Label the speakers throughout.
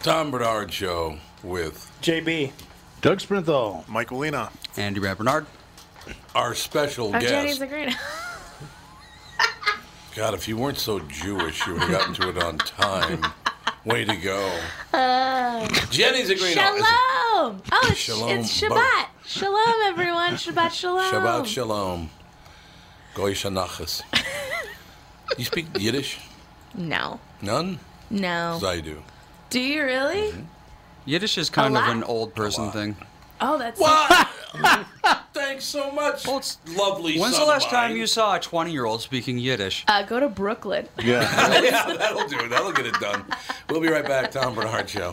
Speaker 1: Tom Bernard Show with
Speaker 2: JB.
Speaker 3: Doug Sprinthal.
Speaker 4: Michael Lena.
Speaker 5: Andy Bernard.
Speaker 1: our special
Speaker 6: Our Jenny's
Speaker 1: guest.
Speaker 6: a great.
Speaker 1: God, if you weren't so Jewish, you would have gotten to it on time. Way to go. Jenny's a green
Speaker 6: Shalom! Oh, it's,
Speaker 1: Shalom,
Speaker 6: it's
Speaker 1: bro.
Speaker 6: Shabbat. Shalom, everyone. Shabbat shalom.
Speaker 1: Shabbat shalom. Goyish anachas. You speak Yiddish?
Speaker 6: No,
Speaker 1: None?
Speaker 6: no.
Speaker 1: As I do.
Speaker 6: Do you really?
Speaker 1: Mm-hmm.
Speaker 5: Yiddish is kind
Speaker 6: A
Speaker 5: of
Speaker 6: lot?
Speaker 5: an old person thing.
Speaker 6: Oh, that's
Speaker 1: What? Thanks so much.
Speaker 5: Well, it's-
Speaker 1: lovely.
Speaker 5: When's the
Speaker 1: son of
Speaker 5: last time
Speaker 1: mine.
Speaker 5: you saw a 20 year old speaking Yiddish?
Speaker 6: Uh, go to Brooklyn.
Speaker 3: Yeah.
Speaker 1: yeah, that'll do. it. That'll get it done. We'll be right back. Tom Bernard Show.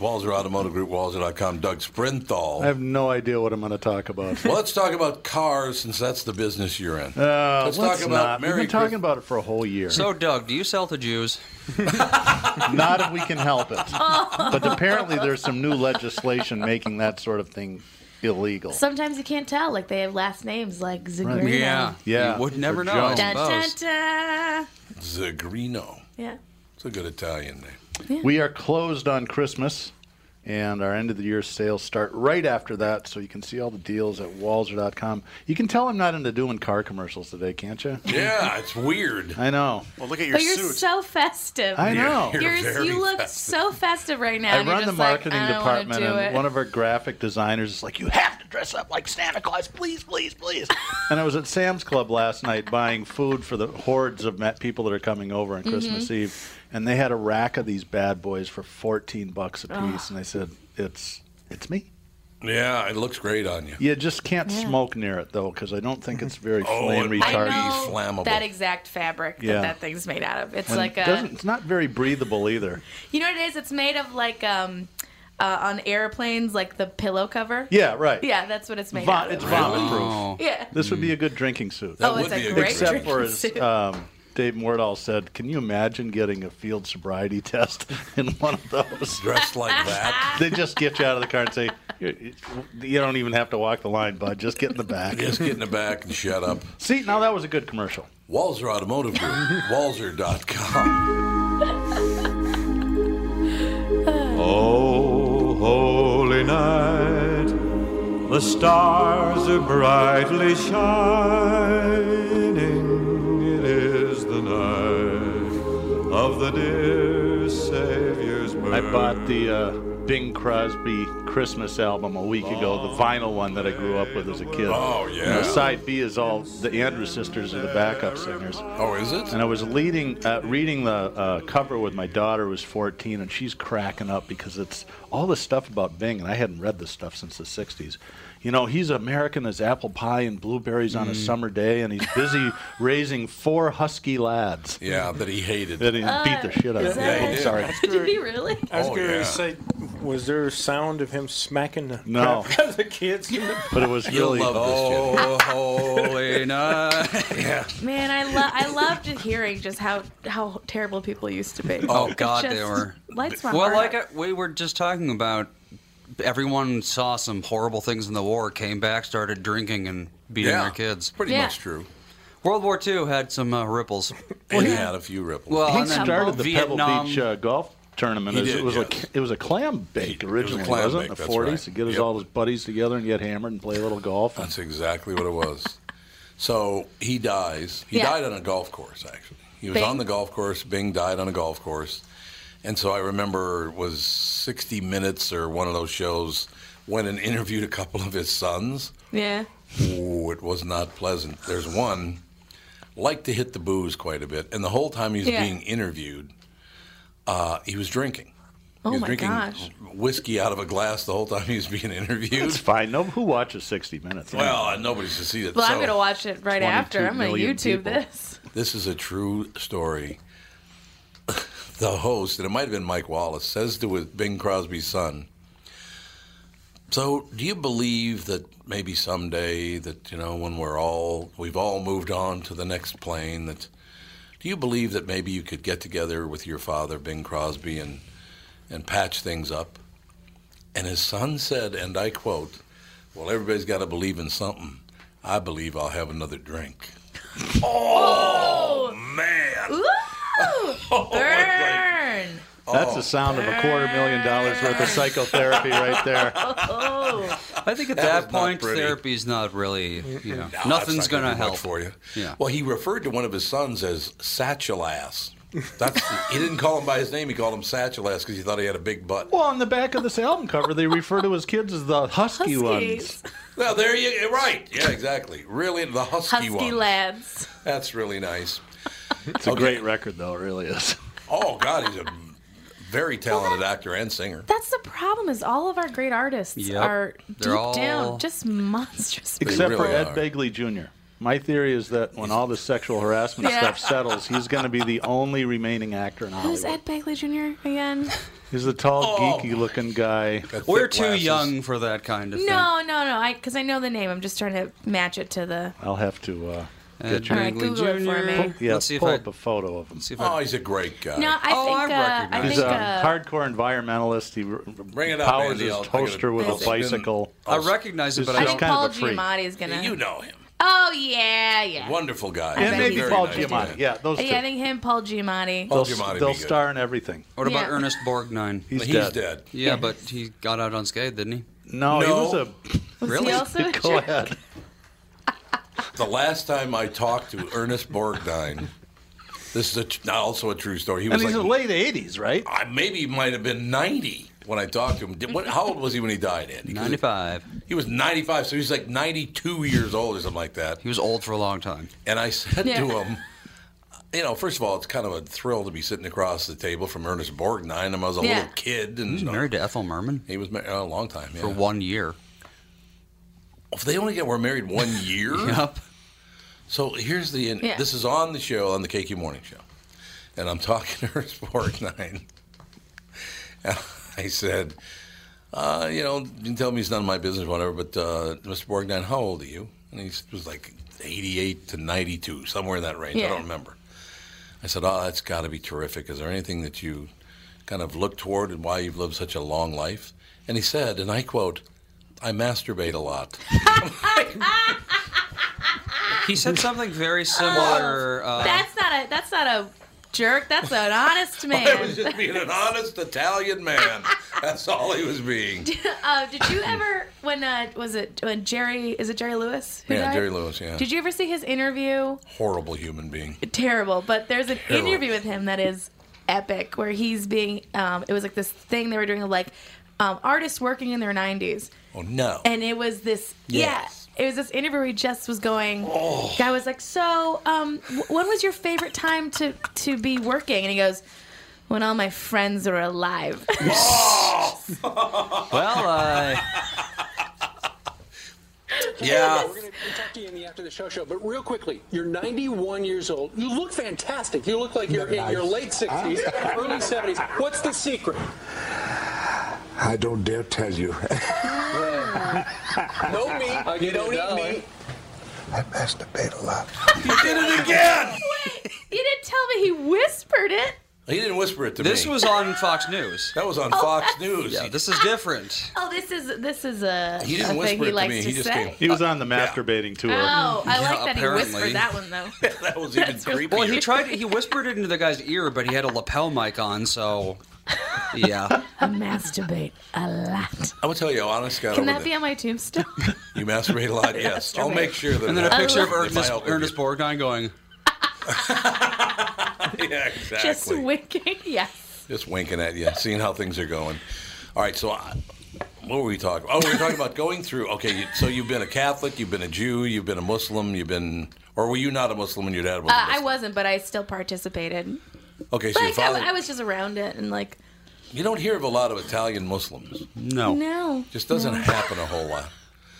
Speaker 1: Walzer Automotive Group, Walzer.com, Doug Sprinthal.
Speaker 3: I have no idea what I'm going to talk about.
Speaker 1: Well, let's talk about cars since that's the business you're in.
Speaker 3: Uh,
Speaker 1: Let's
Speaker 3: let's
Speaker 1: talk about
Speaker 3: not. We've
Speaker 1: Merry
Speaker 3: been talking
Speaker 1: Christ-
Speaker 3: about it for a whole year.
Speaker 5: So, Oh, Doug, do you sell to Jews?
Speaker 3: not if we can help it. but apparently, there's some new legislation making that sort of thing illegal.
Speaker 6: Sometimes you can't tell. Like they have last names like Zagrino.
Speaker 3: Yeah.
Speaker 5: You would
Speaker 3: For
Speaker 5: never know.
Speaker 3: Joe.
Speaker 5: I
Speaker 6: Dun, dun,
Speaker 5: suppose.
Speaker 6: dun.
Speaker 1: Zagrino.
Speaker 6: Yeah.
Speaker 1: It's a good Italian name.
Speaker 3: We are closed on Christmas, and our end of the year sales start right after that. So you can see all the deals at Walzer.com. You can tell I'm not into doing car commercials today, can't you?
Speaker 1: Yeah, it's weird.
Speaker 3: I know.
Speaker 4: Well, look at your
Speaker 6: But you're so festive.
Speaker 3: I know.
Speaker 1: You're
Speaker 6: Yours-
Speaker 1: very
Speaker 6: you look
Speaker 1: festive.
Speaker 6: so festive right now.
Speaker 3: I
Speaker 6: and you're
Speaker 3: run the
Speaker 6: just like,
Speaker 3: marketing
Speaker 6: I don't wanna
Speaker 3: department,
Speaker 6: do
Speaker 3: and
Speaker 6: it.
Speaker 3: one of our graphic designers is like, "You have to dress up like Santa Claus, please, please, please." and I was at Sam's Club last night buying food for the hordes of met people that are coming over on Christmas
Speaker 6: Mm-hmm.
Speaker 3: Eve, and they had a rack of these bad boys for fourteen bucks a piece, and I said, "It's it's me."
Speaker 1: Yeah, it looks great on you.
Speaker 3: You just can't smoke near it though, because I don't think it's very
Speaker 1: Oh,
Speaker 3: flame
Speaker 1: it-
Speaker 6: I
Speaker 1: Are
Speaker 3: retardant.
Speaker 1: you
Speaker 6: know
Speaker 1: flammable?
Speaker 6: that exact fabric
Speaker 3: Yeah.
Speaker 6: that that thing's made out of. It's
Speaker 3: And
Speaker 6: like
Speaker 3: it
Speaker 6: a,
Speaker 3: doesn't, it's not very breathable either.
Speaker 6: you know what it is? It's made of like um, uh, on airplanes, like the pillow cover.
Speaker 3: Yeah, right.
Speaker 6: Yeah, that's what it's made
Speaker 3: Vo-
Speaker 6: out of.
Speaker 3: it's vomit proof.
Speaker 5: Oh.
Speaker 6: yeah.
Speaker 3: This would be a good drinking suit.
Speaker 1: That
Speaker 6: oh,
Speaker 1: would
Speaker 6: it's
Speaker 1: be
Speaker 6: a
Speaker 1: a
Speaker 6: great
Speaker 1: good
Speaker 3: Except for
Speaker 6: drinking
Speaker 3: as
Speaker 6: suit.
Speaker 3: um, Dave Mordahl said, can you imagine getting a field sobriety test in one of those?
Speaker 1: Dressed like that.
Speaker 3: They just get you out of the car and say, you you don't even have to walk the line, bud. Just get in the back.
Speaker 1: Just get in the back and shut up.
Speaker 3: See, now that was a good commercial.
Speaker 1: Walzer Automotive Group, Walzer.com.
Speaker 7: Oh, holy night, the stars are brightly shining. It is the night of the dear Savior's birth.
Speaker 3: I bought the uh, Bing Crosby Christmas album a week ago, the vinyl one that I grew up with as a kid.
Speaker 1: Oh,
Speaker 3: You know,
Speaker 1: yeah.
Speaker 3: side B is all the Andrews sisters are the backup singers.
Speaker 1: Oh, is it?
Speaker 3: And I was leading, uh, reading the uh, cover with my daughter, who was 14, and she's cracking up because it's all this stuff about Bing, and I hadn't read this stuff since the 60s. You know, he's American as apple pie and blueberries on a
Speaker 1: Mm.
Speaker 3: summer day, and he's busy raising four husky lads.
Speaker 1: Yeah, that he hated.
Speaker 3: That he beat the shit out of
Speaker 2: is
Speaker 3: them.
Speaker 2: that-
Speaker 1: Yeah, he
Speaker 3: I'm
Speaker 1: did.
Speaker 3: sorry.
Speaker 6: Did you really?
Speaker 2: I was
Speaker 1: Oh,
Speaker 2: going to
Speaker 1: yeah.
Speaker 2: say, Was there a sound of him smacking the
Speaker 3: No.
Speaker 2: crap out of the kids?
Speaker 3: But it was
Speaker 5: You'll
Speaker 3: really
Speaker 5: love
Speaker 1: Oh,
Speaker 5: this, Jim. Holy night.
Speaker 6: Man, I lo- I loved hearing just how how terrible people used to be.
Speaker 5: Oh
Speaker 6: It
Speaker 5: God,
Speaker 6: just
Speaker 5: they were.
Speaker 6: lights my
Speaker 5: Well,
Speaker 6: heart
Speaker 5: like
Speaker 6: up.
Speaker 5: I, we were just talking about, everyone saw some horrible things in the war, came back, started drinking and beating
Speaker 1: yeah,
Speaker 5: their kids.
Speaker 1: Pretty
Speaker 6: Yeah.
Speaker 1: much true.
Speaker 5: World War II had some uh, ripples.
Speaker 1: And he had a few ripples.
Speaker 5: Well,
Speaker 3: He
Speaker 5: and then
Speaker 3: started the Pebble
Speaker 5: Vietnam.
Speaker 3: Beach uh, golf tournament.
Speaker 1: He
Speaker 3: as-
Speaker 1: did,
Speaker 3: it was
Speaker 1: yeah.
Speaker 3: like it was a clam bake
Speaker 1: It was a
Speaker 3: originally,
Speaker 1: clam
Speaker 3: wasn't
Speaker 1: bake,
Speaker 3: it? In the
Speaker 1: that's
Speaker 3: forties
Speaker 1: right.
Speaker 3: to get his
Speaker 1: Yep.
Speaker 3: all his buddies together and get hammered and play a little golf.
Speaker 1: That's exactly what it was. so he dies. He
Speaker 6: Yeah.
Speaker 1: died on a golf course, actually. He was
Speaker 6: Bing.
Speaker 1: on the golf course. Bing died on a golf course. And so I remember it was 60 Minutes or one of those shows went and interviewed a couple of his sons.
Speaker 5: uh,
Speaker 6: Yeah.
Speaker 1: Ooh, it was not pleasant. There's one liked to hit the booze quite a bit, and the whole time he was
Speaker 6: Yeah.
Speaker 1: being interviewed, uh, he was drinking.
Speaker 6: Oh
Speaker 1: he was
Speaker 6: my
Speaker 1: drinking
Speaker 6: gosh.
Speaker 1: whiskey out of a glass the whole time he was being interviewed.
Speaker 3: It's fine. No, who watches sixty minutes?
Speaker 1: Well, uh, nobody should see it.
Speaker 6: Well,
Speaker 1: so
Speaker 6: I'm gonna watch it right
Speaker 3: 22
Speaker 6: after. I'm gonna
Speaker 3: million
Speaker 6: YouTube
Speaker 3: people.
Speaker 6: this.
Speaker 1: This is a true story. the host, and it might have been Mike Wallace, says to his- Bing Crosby's son, So, do you believe that maybe someday that, you know, when we're all, we've all moved on to the next plane, that, do you believe that maybe you could get together with your father, Bing Crosby, and, and patch things up? And his son said, and I quote, Well, everybody's got to believe in something. I believe I'll have another drink. Oh, man.
Speaker 6: Ooh,
Speaker 5: Oh,
Speaker 6: burn!
Speaker 3: That's the sound of a quarter million dollars worth of psychotherapy right there.
Speaker 6: Oh,
Speaker 5: I think at
Speaker 1: That
Speaker 5: that,
Speaker 1: was not
Speaker 5: point,
Speaker 1: pretty.
Speaker 5: therapy's not really, you know,
Speaker 1: No,
Speaker 5: nothing's
Speaker 1: that's not
Speaker 5: going to
Speaker 1: do much
Speaker 5: help.
Speaker 1: for you.
Speaker 5: Yeah.
Speaker 1: Well, he referred to one of his sons as Satchel Ass. That's he didn't call him by his name. He called him Satchel Ass because he thought he had a big butt.
Speaker 3: Well, on the back of this album cover, they refer to his kids as the husky
Speaker 6: huskies,
Speaker 3: ones.
Speaker 1: Well, there you right. Yeah, exactly. Really, the husky,
Speaker 6: husky
Speaker 1: one.
Speaker 6: lads.
Speaker 1: That's really nice.
Speaker 3: It's a great record, though. It really is.
Speaker 1: Oh God, he's a very talented actor and singer.
Speaker 6: That's the problem. Is all of our great artists
Speaker 5: Yep.
Speaker 6: are
Speaker 5: They're
Speaker 6: deep
Speaker 5: all-
Speaker 6: down just monstrous.
Speaker 3: Except for
Speaker 1: really
Speaker 3: Ed
Speaker 1: are.
Speaker 3: Begley Jr. My theory is that when all this sexual harassment
Speaker 6: Yeah.
Speaker 3: stuff settles, he's going to be the only remaining actor in Hollywood.
Speaker 6: Who's Ed Begley Jr. again?
Speaker 3: He's the tall,
Speaker 1: Oh.
Speaker 3: geeky-looking guy.
Speaker 1: Got
Speaker 5: We're
Speaker 1: thick
Speaker 5: too
Speaker 1: glasses.
Speaker 5: young for that kind of thing.
Speaker 6: No, no, no. I because I know the name. I'm just trying to match it to the.
Speaker 3: I'll have to. Uh,
Speaker 5: Ed
Speaker 6: All right,
Speaker 5: Begley
Speaker 6: Google it for
Speaker 5: Jr.
Speaker 6: me.
Speaker 3: yeah,
Speaker 5: Let's see if
Speaker 3: pull
Speaker 5: I.
Speaker 3: up a photo of him.
Speaker 5: see if I-
Speaker 1: Oh, he's a great guy.
Speaker 6: No, I
Speaker 5: Oh,
Speaker 6: think.
Speaker 5: I
Speaker 6: Uh, I
Speaker 5: recognize.
Speaker 3: He's
Speaker 6: think.
Speaker 3: a
Speaker 6: Uh,
Speaker 3: hardcore environmentalist. He r-
Speaker 1: Bring it up,
Speaker 3: powers
Speaker 1: Andy.
Speaker 3: his
Speaker 1: I'll- I gotta-
Speaker 3: toaster with a
Speaker 1: That's been-
Speaker 3: bicycle.
Speaker 5: I recognize it,
Speaker 3: It's
Speaker 5: but
Speaker 6: I
Speaker 5: I
Speaker 3: just
Speaker 6: think
Speaker 5: don't.
Speaker 3: kind of
Speaker 6: Paul
Speaker 3: a freak.
Speaker 6: Giamatti is gonna.
Speaker 1: you know him.
Speaker 6: Oh yeah, yeah.
Speaker 1: Wonderful guy.
Speaker 3: And
Speaker 6: bet
Speaker 3: maybe
Speaker 6: he's
Speaker 1: Very
Speaker 3: Paul
Speaker 6: nice
Speaker 3: Giamatti.
Speaker 1: guy.
Speaker 3: Yeah, those two.
Speaker 6: Yeah, I think him, Paul Giamatti.
Speaker 1: Paul
Speaker 3: they'll
Speaker 1: Giamatti.
Speaker 3: they'll
Speaker 1: be good.
Speaker 3: star in everything.
Speaker 5: What about
Speaker 6: Yeah.
Speaker 5: Ernest Borgnine?
Speaker 3: He's,
Speaker 1: He's
Speaker 3: dead.
Speaker 1: dead.
Speaker 5: yeah, but he got out unscathed, didn't he?
Speaker 3: No, he
Speaker 1: No.
Speaker 3: was a.
Speaker 6: Was
Speaker 5: Really?
Speaker 6: he also? a
Speaker 3: Go
Speaker 6: jerk?
Speaker 3: ahead.
Speaker 1: The last time I talked to Ernest Borgnine, this is a, tr- now also a true story. He
Speaker 3: And
Speaker 1: was
Speaker 3: he's
Speaker 1: like
Speaker 3: in the late '80s, right?
Speaker 1: I maybe he might have been 90 when I talked to him. Did- What, how old was he when he died, Andy? 'Cause
Speaker 5: 95.
Speaker 1: He was 95, so he's like 92 years old or something like that.
Speaker 5: He was old for a long time.
Speaker 1: And I said
Speaker 6: Yeah.
Speaker 1: to him, you know, first of all, it's kind of a thrill to be sitting across the table from Ernest Borgnine. And I was a
Speaker 6: Yeah.
Speaker 1: little kid, and
Speaker 5: He's
Speaker 1: you know,
Speaker 5: married to Ethel Merman
Speaker 1: he was married a long time. Yeah.
Speaker 5: for one year.
Speaker 1: If they only get were married one year.
Speaker 5: Yep.
Speaker 1: So here's the. and
Speaker 6: Yeah.
Speaker 1: This is on the show on the KQ Morning Show, and I'm talking to Ernst Borgnine. And I said, uh, you know, you can tell me it's none of my business, whatever. But uh, Mr. Borgnine, how old are you? And he was like 88 to 92, somewhere in that range. I
Speaker 6: Yeah.
Speaker 1: don't remember. I said, oh, that's got to be terrific. Is there anything that you kind of look toward and why you've lived such a long life? And he said, and I quote, I masturbate a lot.
Speaker 5: He said something very similar. uh,
Speaker 6: Oh, That's not a. That's not a jerk. That's an honest
Speaker 1: I
Speaker 6: man.
Speaker 1: was just being an honest Italian man. That's all he was being.
Speaker 6: Uh, did you ever when uh, was it when Jerry is it Jerry Lewis who
Speaker 1: Yeah,
Speaker 6: died?
Speaker 1: Jerry Lewis, yeah.
Speaker 6: Did you ever see his interview?
Speaker 1: Horrible human being.
Speaker 6: Terrible, but there's an
Speaker 1: Terrible.
Speaker 6: interview with him that is epic where he's being. Um, it was like this thing they were doing of like um, artists working in their 90s,
Speaker 1: Oh no.
Speaker 6: and it was this
Speaker 1: Yes. Oh.
Speaker 6: yeah. It was this interview where he just was going. Guy was like, "So, um, wh- when was your favorite time to to be working?" And he goes, "When all my friends are alive."
Speaker 5: well, uh,
Speaker 1: yeah.
Speaker 8: We're going to talk to you in the after the show show, but real quickly, you're 91 years old. You look fantastic.
Speaker 1: Ah.
Speaker 8: You look like you're in your late 60s, early 70s. What's the secret?
Speaker 9: I don't dare tell you.
Speaker 8: No meat. You don't eat meat.
Speaker 9: I masturbate a lot.
Speaker 1: Did it again!
Speaker 6: You didn't tell me he whispered it.
Speaker 1: He didn't whisper it to
Speaker 5: This
Speaker 1: me.
Speaker 5: was on Fox News.
Speaker 1: that was on Fox News.
Speaker 5: Yeah, this is different.
Speaker 6: Oh, this is this is a,
Speaker 1: He didn't
Speaker 6: a
Speaker 1: whisper
Speaker 6: thing
Speaker 1: it
Speaker 6: he
Speaker 1: to
Speaker 6: likes
Speaker 1: me.
Speaker 6: to
Speaker 1: He just
Speaker 6: say.
Speaker 1: came-
Speaker 3: He was on the masturbating tour.
Speaker 6: Oh, I
Speaker 5: Yeah,
Speaker 6: like that he
Speaker 5: apparently.
Speaker 6: whispered that one though.
Speaker 1: that was even creepier.
Speaker 5: Well, he tried. He whispered it into the guy's ear, but he had a lapel mic on, so yeah.
Speaker 6: I masturbate a lot.
Speaker 1: I will tell you, honest God,
Speaker 6: Can
Speaker 1: over
Speaker 6: that be on my tombstone?
Speaker 1: the- you masturbate a lot. Yes, I'll
Speaker 6: Masturbate.
Speaker 1: make sure that.
Speaker 5: And then a picture of
Speaker 1: if I
Speaker 5: Ernest,
Speaker 1: help you.
Speaker 5: Ernest Borgnine going.
Speaker 1: Yeah, exactly.
Speaker 6: Just winking. Yes.
Speaker 1: Just winking at you, seeing how things are going. All right, so I, what were we talking? Oh, we were talking about going through. Okay, you, so you've been a Catholic, you've been a Jew, you've been a Muslim, you've been, or were you not a Muslim when your dad was?
Speaker 6: Uh,
Speaker 1: a
Speaker 6: I
Speaker 1: Muslim?
Speaker 6: wasn't, but I still participated.
Speaker 1: Okay, so your
Speaker 6: Uh, Like
Speaker 1: father.
Speaker 6: I, I was just around it and like
Speaker 1: you don't hear of a lot of Italian Muslims.
Speaker 5: No.
Speaker 6: no,
Speaker 1: Just doesn't happen a whole lot.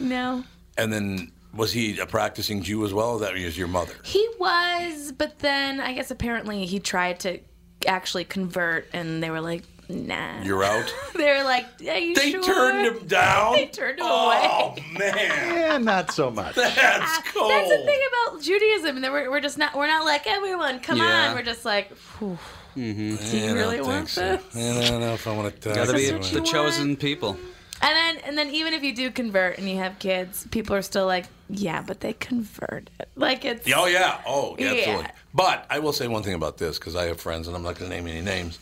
Speaker 6: no.
Speaker 1: And then was he a practicing Jew as well? Or that was your mother.
Speaker 6: He was, but then I guess apparently he tried to actually convert, and they were like, "Nah."
Speaker 1: You're out.
Speaker 6: they were like, "Are you
Speaker 1: They
Speaker 6: sure?"
Speaker 1: turned him down.
Speaker 6: They turned him
Speaker 1: oh,
Speaker 6: away.
Speaker 1: man,
Speaker 3: Eh, not so much.
Speaker 1: that's cold.
Speaker 6: That's the thing about Judaism, and that we're, we're just not we're not like everyone. Come
Speaker 5: Yeah.
Speaker 6: on, we're just like, "Whew, do
Speaker 1: Yeah,
Speaker 6: you
Speaker 1: I
Speaker 6: really
Speaker 1: don't
Speaker 6: want
Speaker 1: think so.
Speaker 6: this?
Speaker 1: Yeah, I don't know if I want to.
Speaker 5: Gotta be
Speaker 6: what you
Speaker 5: the
Speaker 6: want.
Speaker 5: chosen people.
Speaker 6: And then and then even if you do convert and you have kids, people are still like, yeah, but they converted. Like it's
Speaker 1: Oh yeah. Oh, yeah, absolutely.
Speaker 6: Yeah.
Speaker 1: But I will say one thing about this because I have friends, and I'm not going to name any names,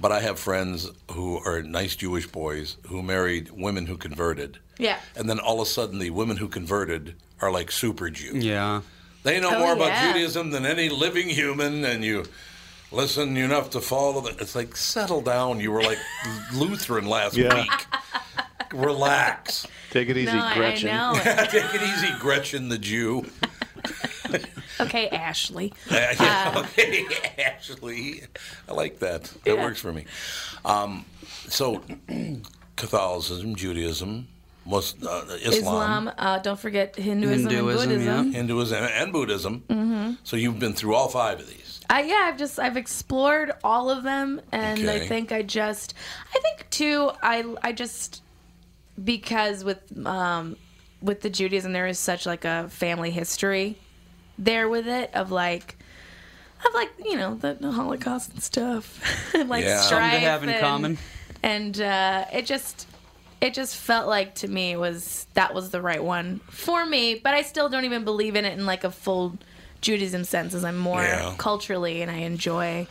Speaker 1: but I have friends who are nice Jewish boys who married women who converted,
Speaker 6: yeah.
Speaker 1: and then all of a sudden the women who converted are like super Jew.
Speaker 5: Yeah.
Speaker 1: They know
Speaker 6: Oh,
Speaker 1: more about
Speaker 6: yeah.
Speaker 1: Judaism than any living human, and you. Listen enough to follow. The, it's like settle down. You were like Lutheran last
Speaker 3: Yeah.
Speaker 1: week. Relax.
Speaker 3: Take it easy,
Speaker 6: No, I, I
Speaker 3: Gretchen.
Speaker 6: know. it.
Speaker 1: Take it easy, Gretchen the Jew.
Speaker 6: okay, Ashley.
Speaker 10: Uh,
Speaker 1: okay, actually, I like that. That works for me. Um, so, Catholicism, Judaism, Mus- uh, Islam,
Speaker 6: Islam. Uh, don't forget Hinduism,
Speaker 5: Hinduism,
Speaker 6: and Buddhism.
Speaker 5: yeah.
Speaker 1: Hinduism, and Buddhism. Mm-hmm. So you've been through all five of these.
Speaker 6: I, yeah, I've just I've explored all of them, and
Speaker 1: Okay.
Speaker 6: I think I just I think too I I just because with um with the Judaism there is such like a family history there with it of like of like you know the, the Holocaust and stuff and like
Speaker 1: Yeah. Something
Speaker 5: Something
Speaker 6: strife
Speaker 5: to have in
Speaker 6: and,
Speaker 5: common.
Speaker 6: and uh, it just it just felt like to me it was that was the right one for me but i still don't even believe in it in like a full judaism sense as i'm more
Speaker 1: Yeah.
Speaker 6: culturally and i enjoy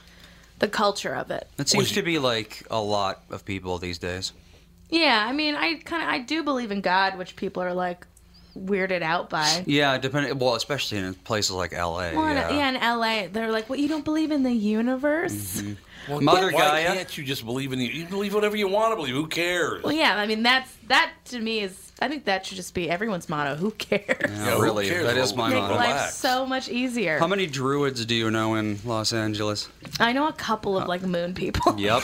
Speaker 6: the culture of it
Speaker 5: That seems to be like a lot of people these days.
Speaker 6: yeah i mean i kind of i do believe in god which people are like weirded out by
Speaker 5: Yeah, depending. Well, especially in places like L.A.
Speaker 6: well,
Speaker 5: yeah.
Speaker 6: in, yeah, in LA, they're like, "What? You don't believe in the
Speaker 5: Mm.
Speaker 6: universe?"
Speaker 1: Mm-hmm.
Speaker 5: Mother
Speaker 1: Why
Speaker 5: Gaia.
Speaker 1: can't you just believe in the, you believe whatever you want to believe? Who cares?
Speaker 6: Well, yeah. I mean, that's that to me is. I think that should just be everyone's motto. Who cares?
Speaker 5: Yeah,
Speaker 1: Yeah, who
Speaker 5: really,
Speaker 1: cares?
Speaker 5: that is
Speaker 1: Well,
Speaker 5: my
Speaker 6: Make
Speaker 1: yeah,
Speaker 5: motto.
Speaker 1: well,
Speaker 6: life
Speaker 1: Relax.
Speaker 6: so much easier.
Speaker 5: How many druids do you know in Los Angeles?
Speaker 6: I know a couple of like moon people.
Speaker 5: Yep,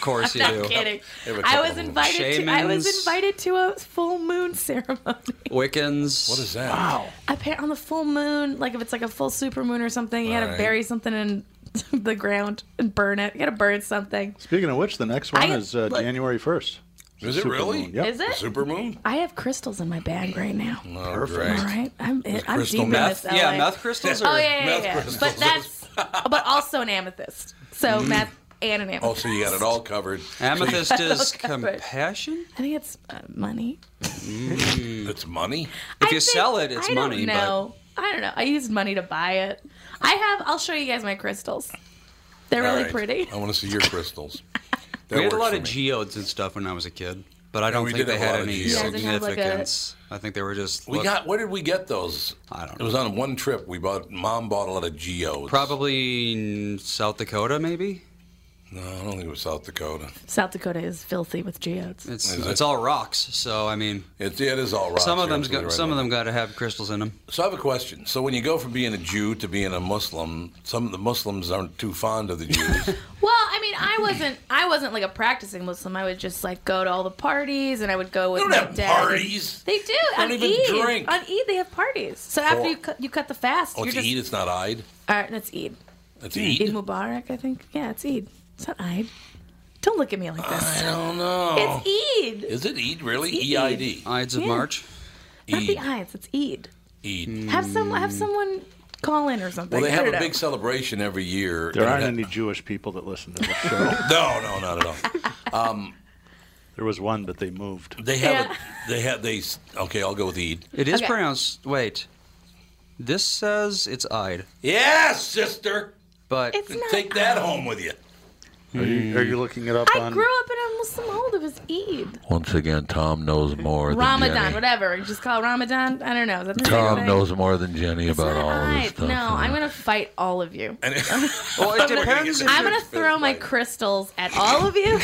Speaker 5: course you
Speaker 6: Not
Speaker 5: do.
Speaker 6: kidding.
Speaker 1: They have a
Speaker 6: I
Speaker 1: couple
Speaker 6: was
Speaker 1: of them.
Speaker 6: invited to. I was
Speaker 5: Shamans.
Speaker 6: invited to a full moon ceremony.
Speaker 5: Wiccans.
Speaker 1: What is that?
Speaker 6: Apparently, on the full moon, like if it's like a full super moon or something, you gotta
Speaker 1: Right.
Speaker 6: bury something in the ground and burn it. You gotta burn something.
Speaker 3: Speaking of which, the next one
Speaker 6: I-
Speaker 3: is uh,
Speaker 6: look-
Speaker 3: January 1st.
Speaker 1: Is it really?
Speaker 3: Supermoon. Yep.
Speaker 6: Is it?
Speaker 1: Supermoon?
Speaker 6: I have crystals in my bag right now.
Speaker 1: Oh,
Speaker 6: All
Speaker 1: great.
Speaker 6: right, I'm I'm
Speaker 1: crystal
Speaker 6: deep in
Speaker 1: meth?
Speaker 6: this. LA.
Speaker 5: Yeah, meth crystals. Or...
Speaker 6: Oh yeah, yeah,
Speaker 1: Meth
Speaker 6: yeah.
Speaker 1: crystals.
Speaker 6: But that's but also an amethyst. So meth and an
Speaker 1: Oh,
Speaker 6: amethyst.
Speaker 1: so you got it all covered.
Speaker 5: Amethyst is
Speaker 6: Okay, but-
Speaker 5: compassion. Mm.
Speaker 6: I think it's uh, money.
Speaker 1: It's money.
Speaker 5: If
Speaker 6: I
Speaker 5: you
Speaker 6: think-
Speaker 5: sell it, it's
Speaker 6: I
Speaker 5: money.
Speaker 6: Don't know. I don't know. I used money to buy it. I have. I'll show you guys my crystals. They're
Speaker 1: All
Speaker 6: really
Speaker 1: right.
Speaker 6: pretty.
Speaker 1: I want to see your crystals. That
Speaker 5: But we had a
Speaker 1: works
Speaker 5: lot
Speaker 1: for
Speaker 5: of
Speaker 1: me.
Speaker 5: geodes and stuff when I was a kid, but I don't
Speaker 1: we did
Speaker 5: think they
Speaker 1: have a lot
Speaker 5: had
Speaker 1: of
Speaker 5: any
Speaker 1: geodes.
Speaker 6: Yeah, they have like a-
Speaker 5: significance. I think they were just.
Speaker 1: We
Speaker 5: look-
Speaker 1: got. Where did we get those?
Speaker 5: I don't
Speaker 1: It
Speaker 5: know.
Speaker 1: was on one trip. We bought. Mom bought a lot of geodes.
Speaker 5: probably in South Dakota, maybe.
Speaker 1: No, I don't think it was South Dakota.
Speaker 6: South Dakota is filthy with geodes.
Speaker 5: It's
Speaker 1: Is it?
Speaker 5: it's all rocks, so I mean,
Speaker 1: It, it is all right.
Speaker 5: some of them's got some of them got to have crystals in them.
Speaker 1: So I have a question. So when you go from being a Jew to being a Muslim, some of the Muslims aren't too fond of the Jews.
Speaker 6: Well, I mean, I wasn't. I wasn't like a practicing Muslim. I would just like go to all the parties, and I would go with
Speaker 1: don't
Speaker 6: my
Speaker 1: have
Speaker 6: dad.
Speaker 1: parties.
Speaker 6: They do.
Speaker 1: Don't
Speaker 6: on
Speaker 1: even
Speaker 6: Eid.
Speaker 1: drink.
Speaker 6: On Eid, they have parties. So after
Speaker 1: Oh.
Speaker 6: you cut, you cut the fast,
Speaker 1: oh,
Speaker 6: you're
Speaker 1: it's
Speaker 6: just.
Speaker 1: Eid. It's not Eid.
Speaker 6: All right, that's Eid.
Speaker 1: It's
Speaker 6: Eid
Speaker 1: Eid.
Speaker 6: Mubarak, I think. Yeah, it's Eid. It's not Eid. Don't look at me like this.
Speaker 1: I don't know.
Speaker 6: It's Eid.
Speaker 1: Is it Eid really? E
Speaker 6: It's Eid.
Speaker 1: E-I-D.
Speaker 5: Ides of
Speaker 6: Yeah.
Speaker 5: March.
Speaker 6: Not the
Speaker 1: Eid.
Speaker 6: eyes. It's Eid.
Speaker 1: Eid.
Speaker 6: Have some. Have someone call in or something.
Speaker 1: Well, they
Speaker 6: I
Speaker 1: have
Speaker 6: don't
Speaker 1: a
Speaker 6: know.
Speaker 1: big celebration every year.
Speaker 3: There
Speaker 1: and
Speaker 3: aren't
Speaker 1: it-
Speaker 3: any Jewish people that listen to the show.
Speaker 1: No, no, not at all. Um,
Speaker 3: there was one, but they moved.
Speaker 1: They have
Speaker 6: Yeah.
Speaker 1: a, they have they s- okay, I'll go with Eid.
Speaker 5: It is
Speaker 6: Okay.
Speaker 5: pronounced. Wait, this says it's Ide,
Speaker 1: Yes, sister.
Speaker 5: but
Speaker 6: It's not.
Speaker 1: Take that home with you.
Speaker 3: Are you, are you looking it up
Speaker 6: I
Speaker 3: on?
Speaker 6: grew up in a Muslim hold. It was Eid.
Speaker 11: Once again, Tom knows more than
Speaker 6: Ramadan,
Speaker 11: Jenny.
Speaker 6: whatever. You just call it Ramadan. I don't know. Is that the same
Speaker 11: Tom
Speaker 6: thing?
Speaker 11: knows more than Jenny
Speaker 6: It's
Speaker 11: about
Speaker 6: not
Speaker 11: all of this
Speaker 6: Eid.
Speaker 11: stuff.
Speaker 6: No, I'm
Speaker 11: to.
Speaker 6: gonna fight all of you.
Speaker 1: And
Speaker 5: well, it depends. If
Speaker 6: I'm
Speaker 5: you're-
Speaker 6: gonna throw my crystals at all of you.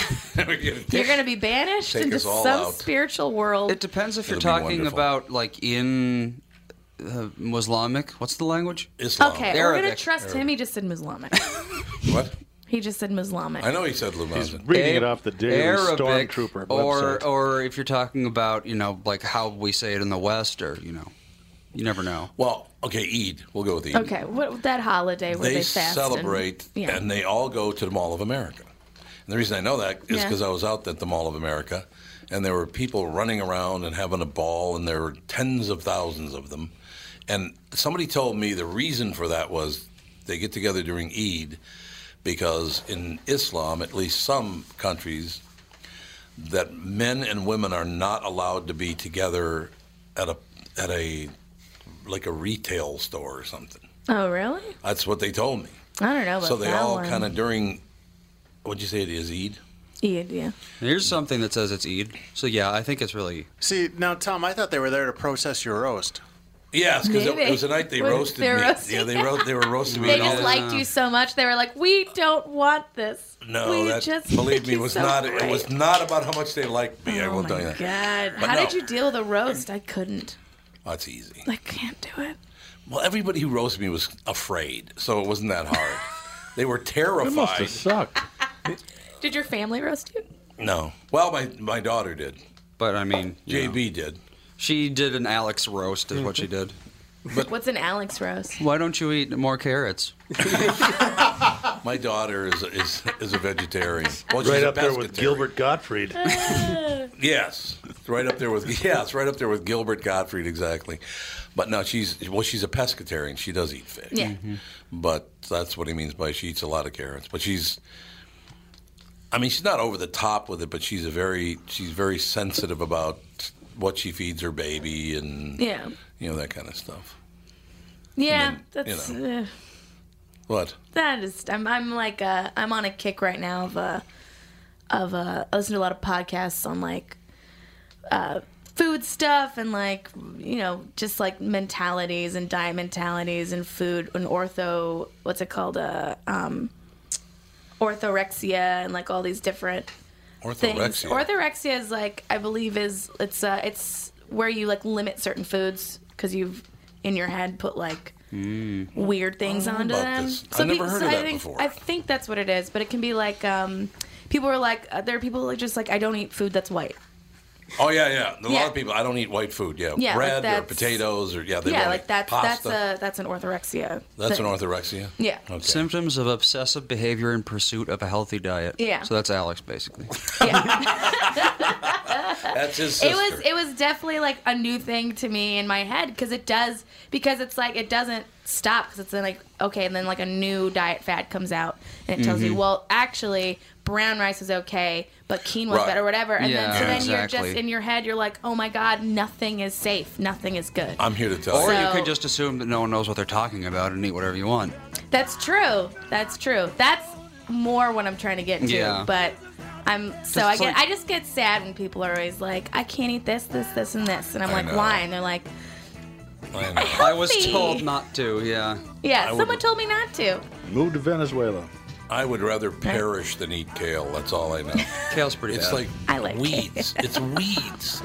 Speaker 6: You're gonna be banished
Speaker 1: Take
Speaker 6: into
Speaker 1: us all
Speaker 6: some
Speaker 1: out.
Speaker 6: spiritual world.
Speaker 5: It depends if you're
Speaker 1: It'll be
Speaker 5: talking
Speaker 1: wonderful.
Speaker 5: about like in uh, Islamic. What's the language?
Speaker 1: Islam.
Speaker 6: okay, we're
Speaker 5: Arabic.
Speaker 6: gonna trust him. He just said Muslimic.
Speaker 1: What?
Speaker 6: he just said Muslimic.
Speaker 1: I know he said Lumazan.
Speaker 3: Reading it off the Daily
Speaker 5: Arabic,
Speaker 3: Stormtrooper
Speaker 5: or
Speaker 3: website.
Speaker 5: or if you're talking about you know like how we say it in the West, or you know, you never know.
Speaker 1: Well, okay, Eid. We'll go with Eid.
Speaker 6: Okay, what that holiday where
Speaker 1: They,
Speaker 6: they, fast and-
Speaker 1: celebrate, and,
Speaker 6: yeah.
Speaker 1: they all go to the Mall of America. And the reason I know that is
Speaker 6: Yeah.
Speaker 1: because I was out at the Mall of America, and there were people running around and having a ball, and there were tens of thousands of them. And somebody told me the reason for that was they get together during Eid because in Islam, at least some countries, that men and women are not allowed to be together at a at a like a retail store or something.
Speaker 6: oh, really?
Speaker 1: That's what they told me.
Speaker 6: I don't know. About
Speaker 1: So they
Speaker 6: that
Speaker 1: all
Speaker 6: one.
Speaker 1: kind of during. What'd you say it is? Eid.
Speaker 6: Eid, yeah.
Speaker 5: Here's something that says it's Eid. So yeah, I think it's really
Speaker 12: See, now, Tom, I thought they were there to process your roast.
Speaker 1: Yes, because it,
Speaker 6: Maybe.
Speaker 1: it was the night they
Speaker 6: Were-
Speaker 1: roasted
Speaker 6: they
Speaker 1: me.
Speaker 6: roasted-
Speaker 1: Yeah, they ro- they were roasting me.
Speaker 6: They
Speaker 1: and all
Speaker 6: just
Speaker 1: that.
Speaker 6: liked you so much. They were like, "We don't want this."
Speaker 1: no,
Speaker 6: we
Speaker 1: that
Speaker 6: just
Speaker 1: believe
Speaker 6: think
Speaker 1: me
Speaker 6: you're
Speaker 1: was
Speaker 6: so
Speaker 1: not. It
Speaker 6: great."
Speaker 1: was not about how much they liked me. I
Speaker 6: Oh
Speaker 1: will
Speaker 6: my
Speaker 1: tell you that.
Speaker 6: god!
Speaker 1: But
Speaker 6: How
Speaker 1: no.
Speaker 6: did you deal with a roast? I couldn't.
Speaker 1: That's Oh, easy.
Speaker 6: I can't do it.
Speaker 1: Well, everybody who roasted me was afraid, so it wasn't that hard. they were
Speaker 3: It must
Speaker 1: terrified.
Speaker 3: have sucked.
Speaker 6: Did your family roast you?
Speaker 1: No. Well, my my daughter did.
Speaker 5: But I mean, you know.
Speaker 1: JB did.
Speaker 5: she did an Alex roast,
Speaker 6: Mm.
Speaker 5: is what she did.
Speaker 6: What's an Alex roast?
Speaker 5: Why don't you eat more carrots?
Speaker 1: My daughter is is, is a vegetarian. Well, she's
Speaker 3: Right
Speaker 1: a
Speaker 3: up there with
Speaker 1: pescatarian.
Speaker 3: Gilbert Gottfried.
Speaker 1: Yes, It's right up there with yeah, it's right up there with Gilbert Gottfried exactly. But no, she's well, she's a pescatarian. She does eat fish.
Speaker 6: Yeah.
Speaker 1: But that's what he means by she eats a lot of carrots. But she's, I mean, she's not over the top with it, but she's a very she's very sensitive about what she feeds her baby and
Speaker 6: Yeah.
Speaker 1: you know that kind of stuff.
Speaker 6: Yeah,
Speaker 1: then,
Speaker 6: that's
Speaker 1: you
Speaker 6: uh,
Speaker 1: What?
Speaker 6: that is. I'm I'm like uh, I'm on a kick right now of uh of uh I listen to a lot of podcasts on like uh food stuff and like you know just like mentalities and diet mentalities and food and ortho what's it called uh um orthorexia and like all these different things.
Speaker 1: Orthorexia.
Speaker 6: Orthorexia is like I believe is it's uh it's where you like limit certain foods because you've in your head put like weird things
Speaker 1: don't
Speaker 6: onto
Speaker 1: know about
Speaker 6: them.
Speaker 1: this. I never
Speaker 6: peop-
Speaker 1: heard of
Speaker 6: I
Speaker 1: that
Speaker 6: think,
Speaker 1: before.
Speaker 6: I think that's what it is, but it can be like um people are like uh, there are people who are just like I don't eat food that's white.
Speaker 1: oh yeah, yeah. A
Speaker 6: Yeah.
Speaker 1: lot of people. I don't eat white food. Yeah,
Speaker 6: Yeah, like
Speaker 1: bread or
Speaker 6: that's-
Speaker 1: potatoes or yeah, they
Speaker 6: yeah,
Speaker 1: won't
Speaker 6: like
Speaker 1: eat
Speaker 6: that's
Speaker 1: pasta.
Speaker 6: that's a that's an orthorexia.
Speaker 1: That's
Speaker 6: thing.
Speaker 1: an orthorexia.
Speaker 6: Yeah.
Speaker 1: Okay.
Speaker 5: Symptoms of obsessive behavior in pursuit of a healthy diet.
Speaker 6: Yeah.
Speaker 5: So that's Alex, basically.
Speaker 6: Yeah.
Speaker 1: That's his sister.
Speaker 6: it was it was definitely like a new thing to me in my head because it does because it's like it doesn't stop because it's then like okay and then like a new diet fad comes out and it tells
Speaker 1: Mm-hmm.
Speaker 6: you well actually brown rice is okay but quinoa
Speaker 1: Right.
Speaker 6: better whatever and then
Speaker 5: Yeah,
Speaker 6: so then you're just
Speaker 5: exactly.
Speaker 6: in your head you're like oh my god nothing is safe nothing is good
Speaker 1: I'm here to tell
Speaker 5: Or
Speaker 1: you.
Speaker 5: you
Speaker 6: So-
Speaker 5: could just assume that no one knows what they're talking about and eat whatever you want.
Speaker 6: that's true that's true that's more what I'm trying to get to
Speaker 5: Yeah.
Speaker 6: but. I'm so
Speaker 5: Just
Speaker 6: I get
Speaker 5: like-
Speaker 6: I just get sad when people are always like I can't eat this this this and this and I'm
Speaker 1: I
Speaker 6: like
Speaker 1: know.
Speaker 6: why and they're like
Speaker 1: I know.
Speaker 5: I was
Speaker 6: Healthy.
Speaker 5: told not to, yeah.
Speaker 6: yeah
Speaker 1: I would-
Speaker 6: someone told me not to
Speaker 3: Moved to Venezuela.
Speaker 1: I would rather perish than eat kale. That's all I know.
Speaker 5: Kale's pretty
Speaker 1: It's
Speaker 5: bad.
Speaker 1: like,
Speaker 6: I like
Speaker 1: weeds. it's weeds.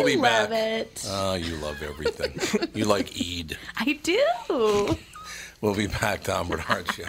Speaker 6: I
Speaker 1: be
Speaker 6: love
Speaker 1: back.
Speaker 6: it.
Speaker 1: Ah, you love everything. you like Eid.
Speaker 6: I do.
Speaker 1: We'll be back, Tom Bernard Show.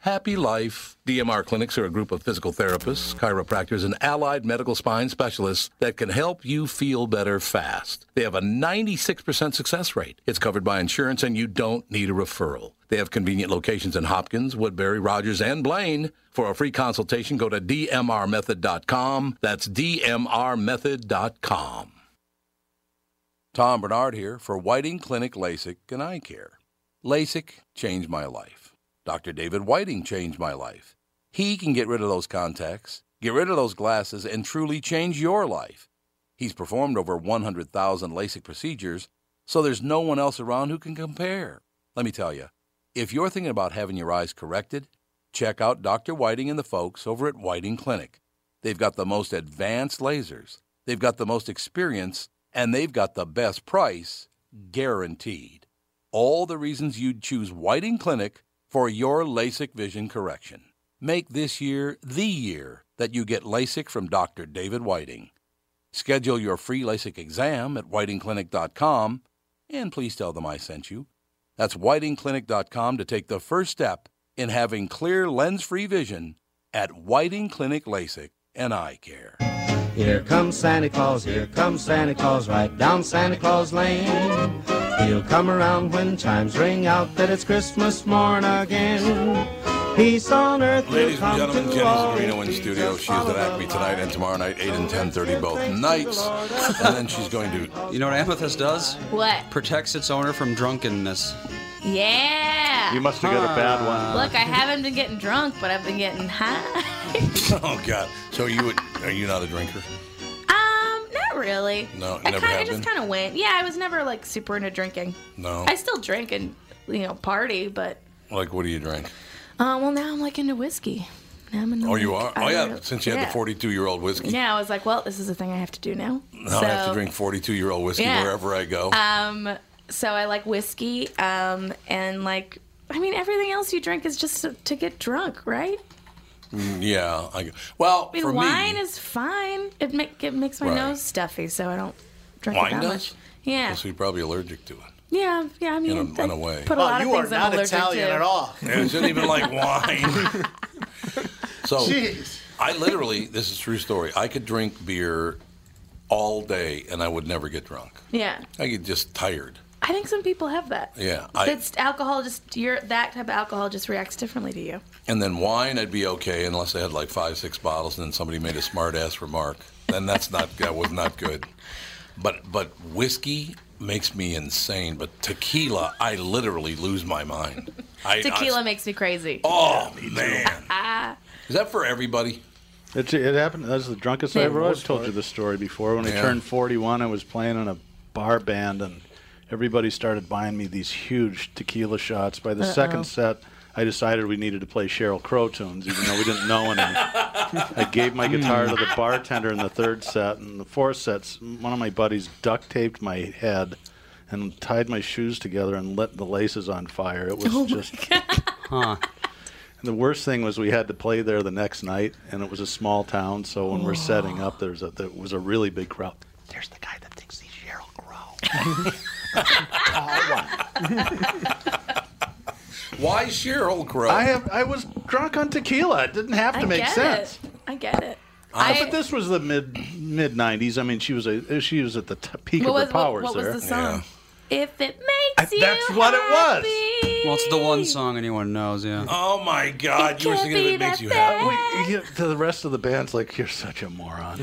Speaker 1: happy life. DMR clinics are a group of physical therapists, chiropractors, and allied medical spine specialists that can help you feel better fast. They have a 96% success rate. It's covered by insurance, and you don't need a referral. They have convenient locations in Hopkins, Woodbury, Rogers, and Blaine. For a free consultation, go to dmrmethod.com. That's dmrmethod.com. Tom Bernard here for Whiting Clinic LASIK and Eye Care. LASIK changed my life. Dr. David Whiting changed my life. He can get rid of those contacts, get rid of those glasses, and truly change your life. He's performed over 100,000 LASIK procedures, so there's no one else around who can compare. Let me tell you, if you're thinking about having your eyes corrected, check out Dr. Whiting and the folks over at Whiting Clinic. They've got the most advanced lasers, they've got the most experience, and they've got the best price guaranteed all the reasons you'd choose Whiting Clinic for your LASIK vision correction. Make this year the year that you get LASIK from Dr. David Whiting. Schedule your free LASIK exam at whitingclinic.com and please tell them I sent you. That's whitingclinic.com to take the first step in having clear lens free vision at Whiting Clinic LASIK and Eye Care.
Speaker 13: Here comes Santa Claus, here comes Santa Claus, right down Santa Claus Lane. He'll come around when chimes ring out that it's Christmas morn again. Peace on earth. will
Speaker 1: Ladies and
Speaker 13: come
Speaker 1: gentlemen,
Speaker 13: to
Speaker 1: Jenny
Speaker 13: all.
Speaker 1: Zagrino in studio. She's at Acme tonight and tomorrow night, 8 and 10.30 both nights. And then she's going to...
Speaker 5: You know what amethyst does?
Speaker 6: What?
Speaker 5: Protects its owner from drunkenness.
Speaker 6: Yeah.
Speaker 5: one.
Speaker 6: Look, I haven't been getting drunk, but I've been getting high.
Speaker 1: Oh, God. So you would... Are you not a drinker?
Speaker 6: Um, not really.
Speaker 1: No, it
Speaker 6: I
Speaker 1: never
Speaker 6: kind of
Speaker 1: happened?
Speaker 6: just kind of went. Yeah, I was never like super into drinking.
Speaker 1: No.
Speaker 6: I still drink and you know party, but
Speaker 1: Like, what do you drink?
Speaker 6: uh, well now I'm like into whiskey. Now I'm into
Speaker 1: Oh, you
Speaker 6: like-
Speaker 1: are?
Speaker 6: I
Speaker 1: Oh, yeah,
Speaker 6: really-
Speaker 1: since you had the
Speaker 6: yeah.
Speaker 1: 42-year-old whiskey.
Speaker 6: Yeah, I was like, well, this is a thing I have to do now.
Speaker 1: Now I have to drink 42-year-old whiskey
Speaker 6: Yeah.
Speaker 1: wherever I go.
Speaker 6: Um, so I like whiskey. Um, and like, I mean, everything else you drink is just to, to get drunk, right?
Speaker 1: Mm, yeah. I, well,
Speaker 6: I mean,
Speaker 1: for
Speaker 6: wine
Speaker 1: me...
Speaker 6: is fine. It make it makes my
Speaker 1: Right.
Speaker 6: nose stuffy, so I don't drink
Speaker 1: Wine
Speaker 6: it that
Speaker 1: does?
Speaker 6: much. Yeah,
Speaker 1: Well, so you're probably allergic to it.
Speaker 6: yeah, yeah. I mean,
Speaker 1: in a, in a way.
Speaker 6: put a
Speaker 12: Well,
Speaker 6: lot
Speaker 12: you
Speaker 6: of
Speaker 12: are
Speaker 6: things I'm
Speaker 12: not
Speaker 6: allergic
Speaker 12: Italian
Speaker 6: to.
Speaker 12: at all.
Speaker 1: Yeah, it shouldn't even like wine. so
Speaker 12: Jeez.
Speaker 1: I literally, this is a true story. I could drink beer all day and I would never get drunk.
Speaker 6: Yeah,
Speaker 1: I get just tired.
Speaker 6: I think some people have that.
Speaker 1: Yeah. I,
Speaker 6: That's alcohol. Just your that type of alcohol just reacts differently to you.
Speaker 1: and then wine, I'd be okay unless I had like five, six bottles and then somebody made a smart ass remark. Then that's not that was not good. But but whiskey makes me insane. But tequila, I literally lose my mind. I, I-
Speaker 6: Tequila makes me crazy.
Speaker 1: oh man,
Speaker 6: Ah,
Speaker 1: is that for everybody?
Speaker 3: It's, it happened. That's the drunkest I
Speaker 1: Yeah.
Speaker 3: ever. I've told you this story before. When I
Speaker 1: Yeah.
Speaker 3: turned 41, I was playing in a bar band, and everybody started buying me these huge tequila shots. By the
Speaker 10: Uh-oh.
Speaker 3: second set, I decided we needed to play Cheryl Crow tunes, even though we didn't know any. I gave my guitar to the bartender in the third set, and the fourth set, one of my buddies duct taped my head and tied my shoes together and lit the laces on fire. It was just Huh. And the worst thing was we had to play there the next night, and it was a small town. So when we're setting up, there's a there was a really big crowd.
Speaker 13: There's the guy that thinks he's Cheryl Crow.
Speaker 1: Uh, Why Cheryl Crow?
Speaker 3: I have I was drunk on tequila. It didn't have to
Speaker 6: I
Speaker 3: make
Speaker 6: get
Speaker 3: sense.
Speaker 6: It. I get it.
Speaker 3: Uh, but this was the mid mid '90s. I mean, she was a she was at the t- peak
Speaker 6: What
Speaker 3: of her
Speaker 6: was- what-
Speaker 3: powers
Speaker 6: what was
Speaker 3: there.
Speaker 6: the song? If it
Speaker 3: I-
Speaker 6: makes you
Speaker 3: that's what it was.
Speaker 5: Well, it's the one song anyone knows, yeah.
Speaker 1: Oh my God,
Speaker 6: you were singing It If It Makes You Happy.
Speaker 3: We- you- to the rest of the band's like, you're such a moron.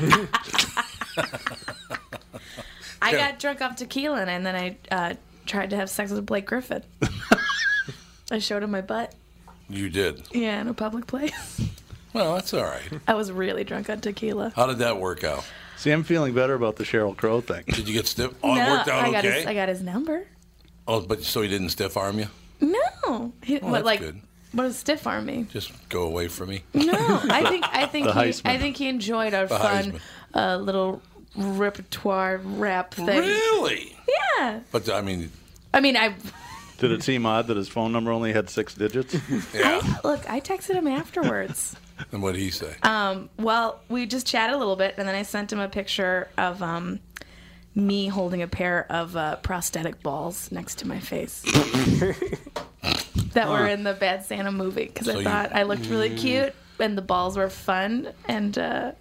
Speaker 6: I
Speaker 3: Yeah.
Speaker 6: got drunk off tequila and then I uh, tried to have sex with Blake Griffin. I showed him my butt.
Speaker 1: You did.
Speaker 6: Yeah, in a public place.
Speaker 1: Well, that's all right.
Speaker 6: I was really drunk on tequila.
Speaker 1: How did that work out?
Speaker 3: See, I'm feeling better about the Cheryl Crow thing.
Speaker 1: Did you get stiff? Oh, it worked out
Speaker 6: I got
Speaker 1: okay.
Speaker 6: his I got his number.
Speaker 1: Oh, but so he didn't stiff arm you?
Speaker 6: No, he,
Speaker 1: Oh,
Speaker 6: what
Speaker 1: that's
Speaker 6: like
Speaker 1: good.
Speaker 6: what a stiff arm me.
Speaker 1: Just go away from me.
Speaker 6: No, I think I think
Speaker 1: The
Speaker 6: he,
Speaker 1: Heisman.
Speaker 6: I think he enjoyed our
Speaker 1: The
Speaker 6: fun
Speaker 1: Heisman.
Speaker 6: uh, little repertoire rap thing.
Speaker 1: Really?
Speaker 6: Yeah.
Speaker 1: But I mean,
Speaker 6: I mean, I
Speaker 3: Did it seem odd that his phone number only had six digits?
Speaker 1: yeah.
Speaker 6: look. I texted him afterwards.
Speaker 1: and what did he say?
Speaker 6: um, well, we just chatted a little bit, and then I sent him a picture of um, me holding a pair of uh, prosthetic balls next to my face that were
Speaker 10: Huh.
Speaker 6: in the Bad Santa movie because
Speaker 1: So
Speaker 6: I
Speaker 1: you-
Speaker 6: thought I looked really
Speaker 1: Mm.
Speaker 6: cute and the balls were fun and. Uh,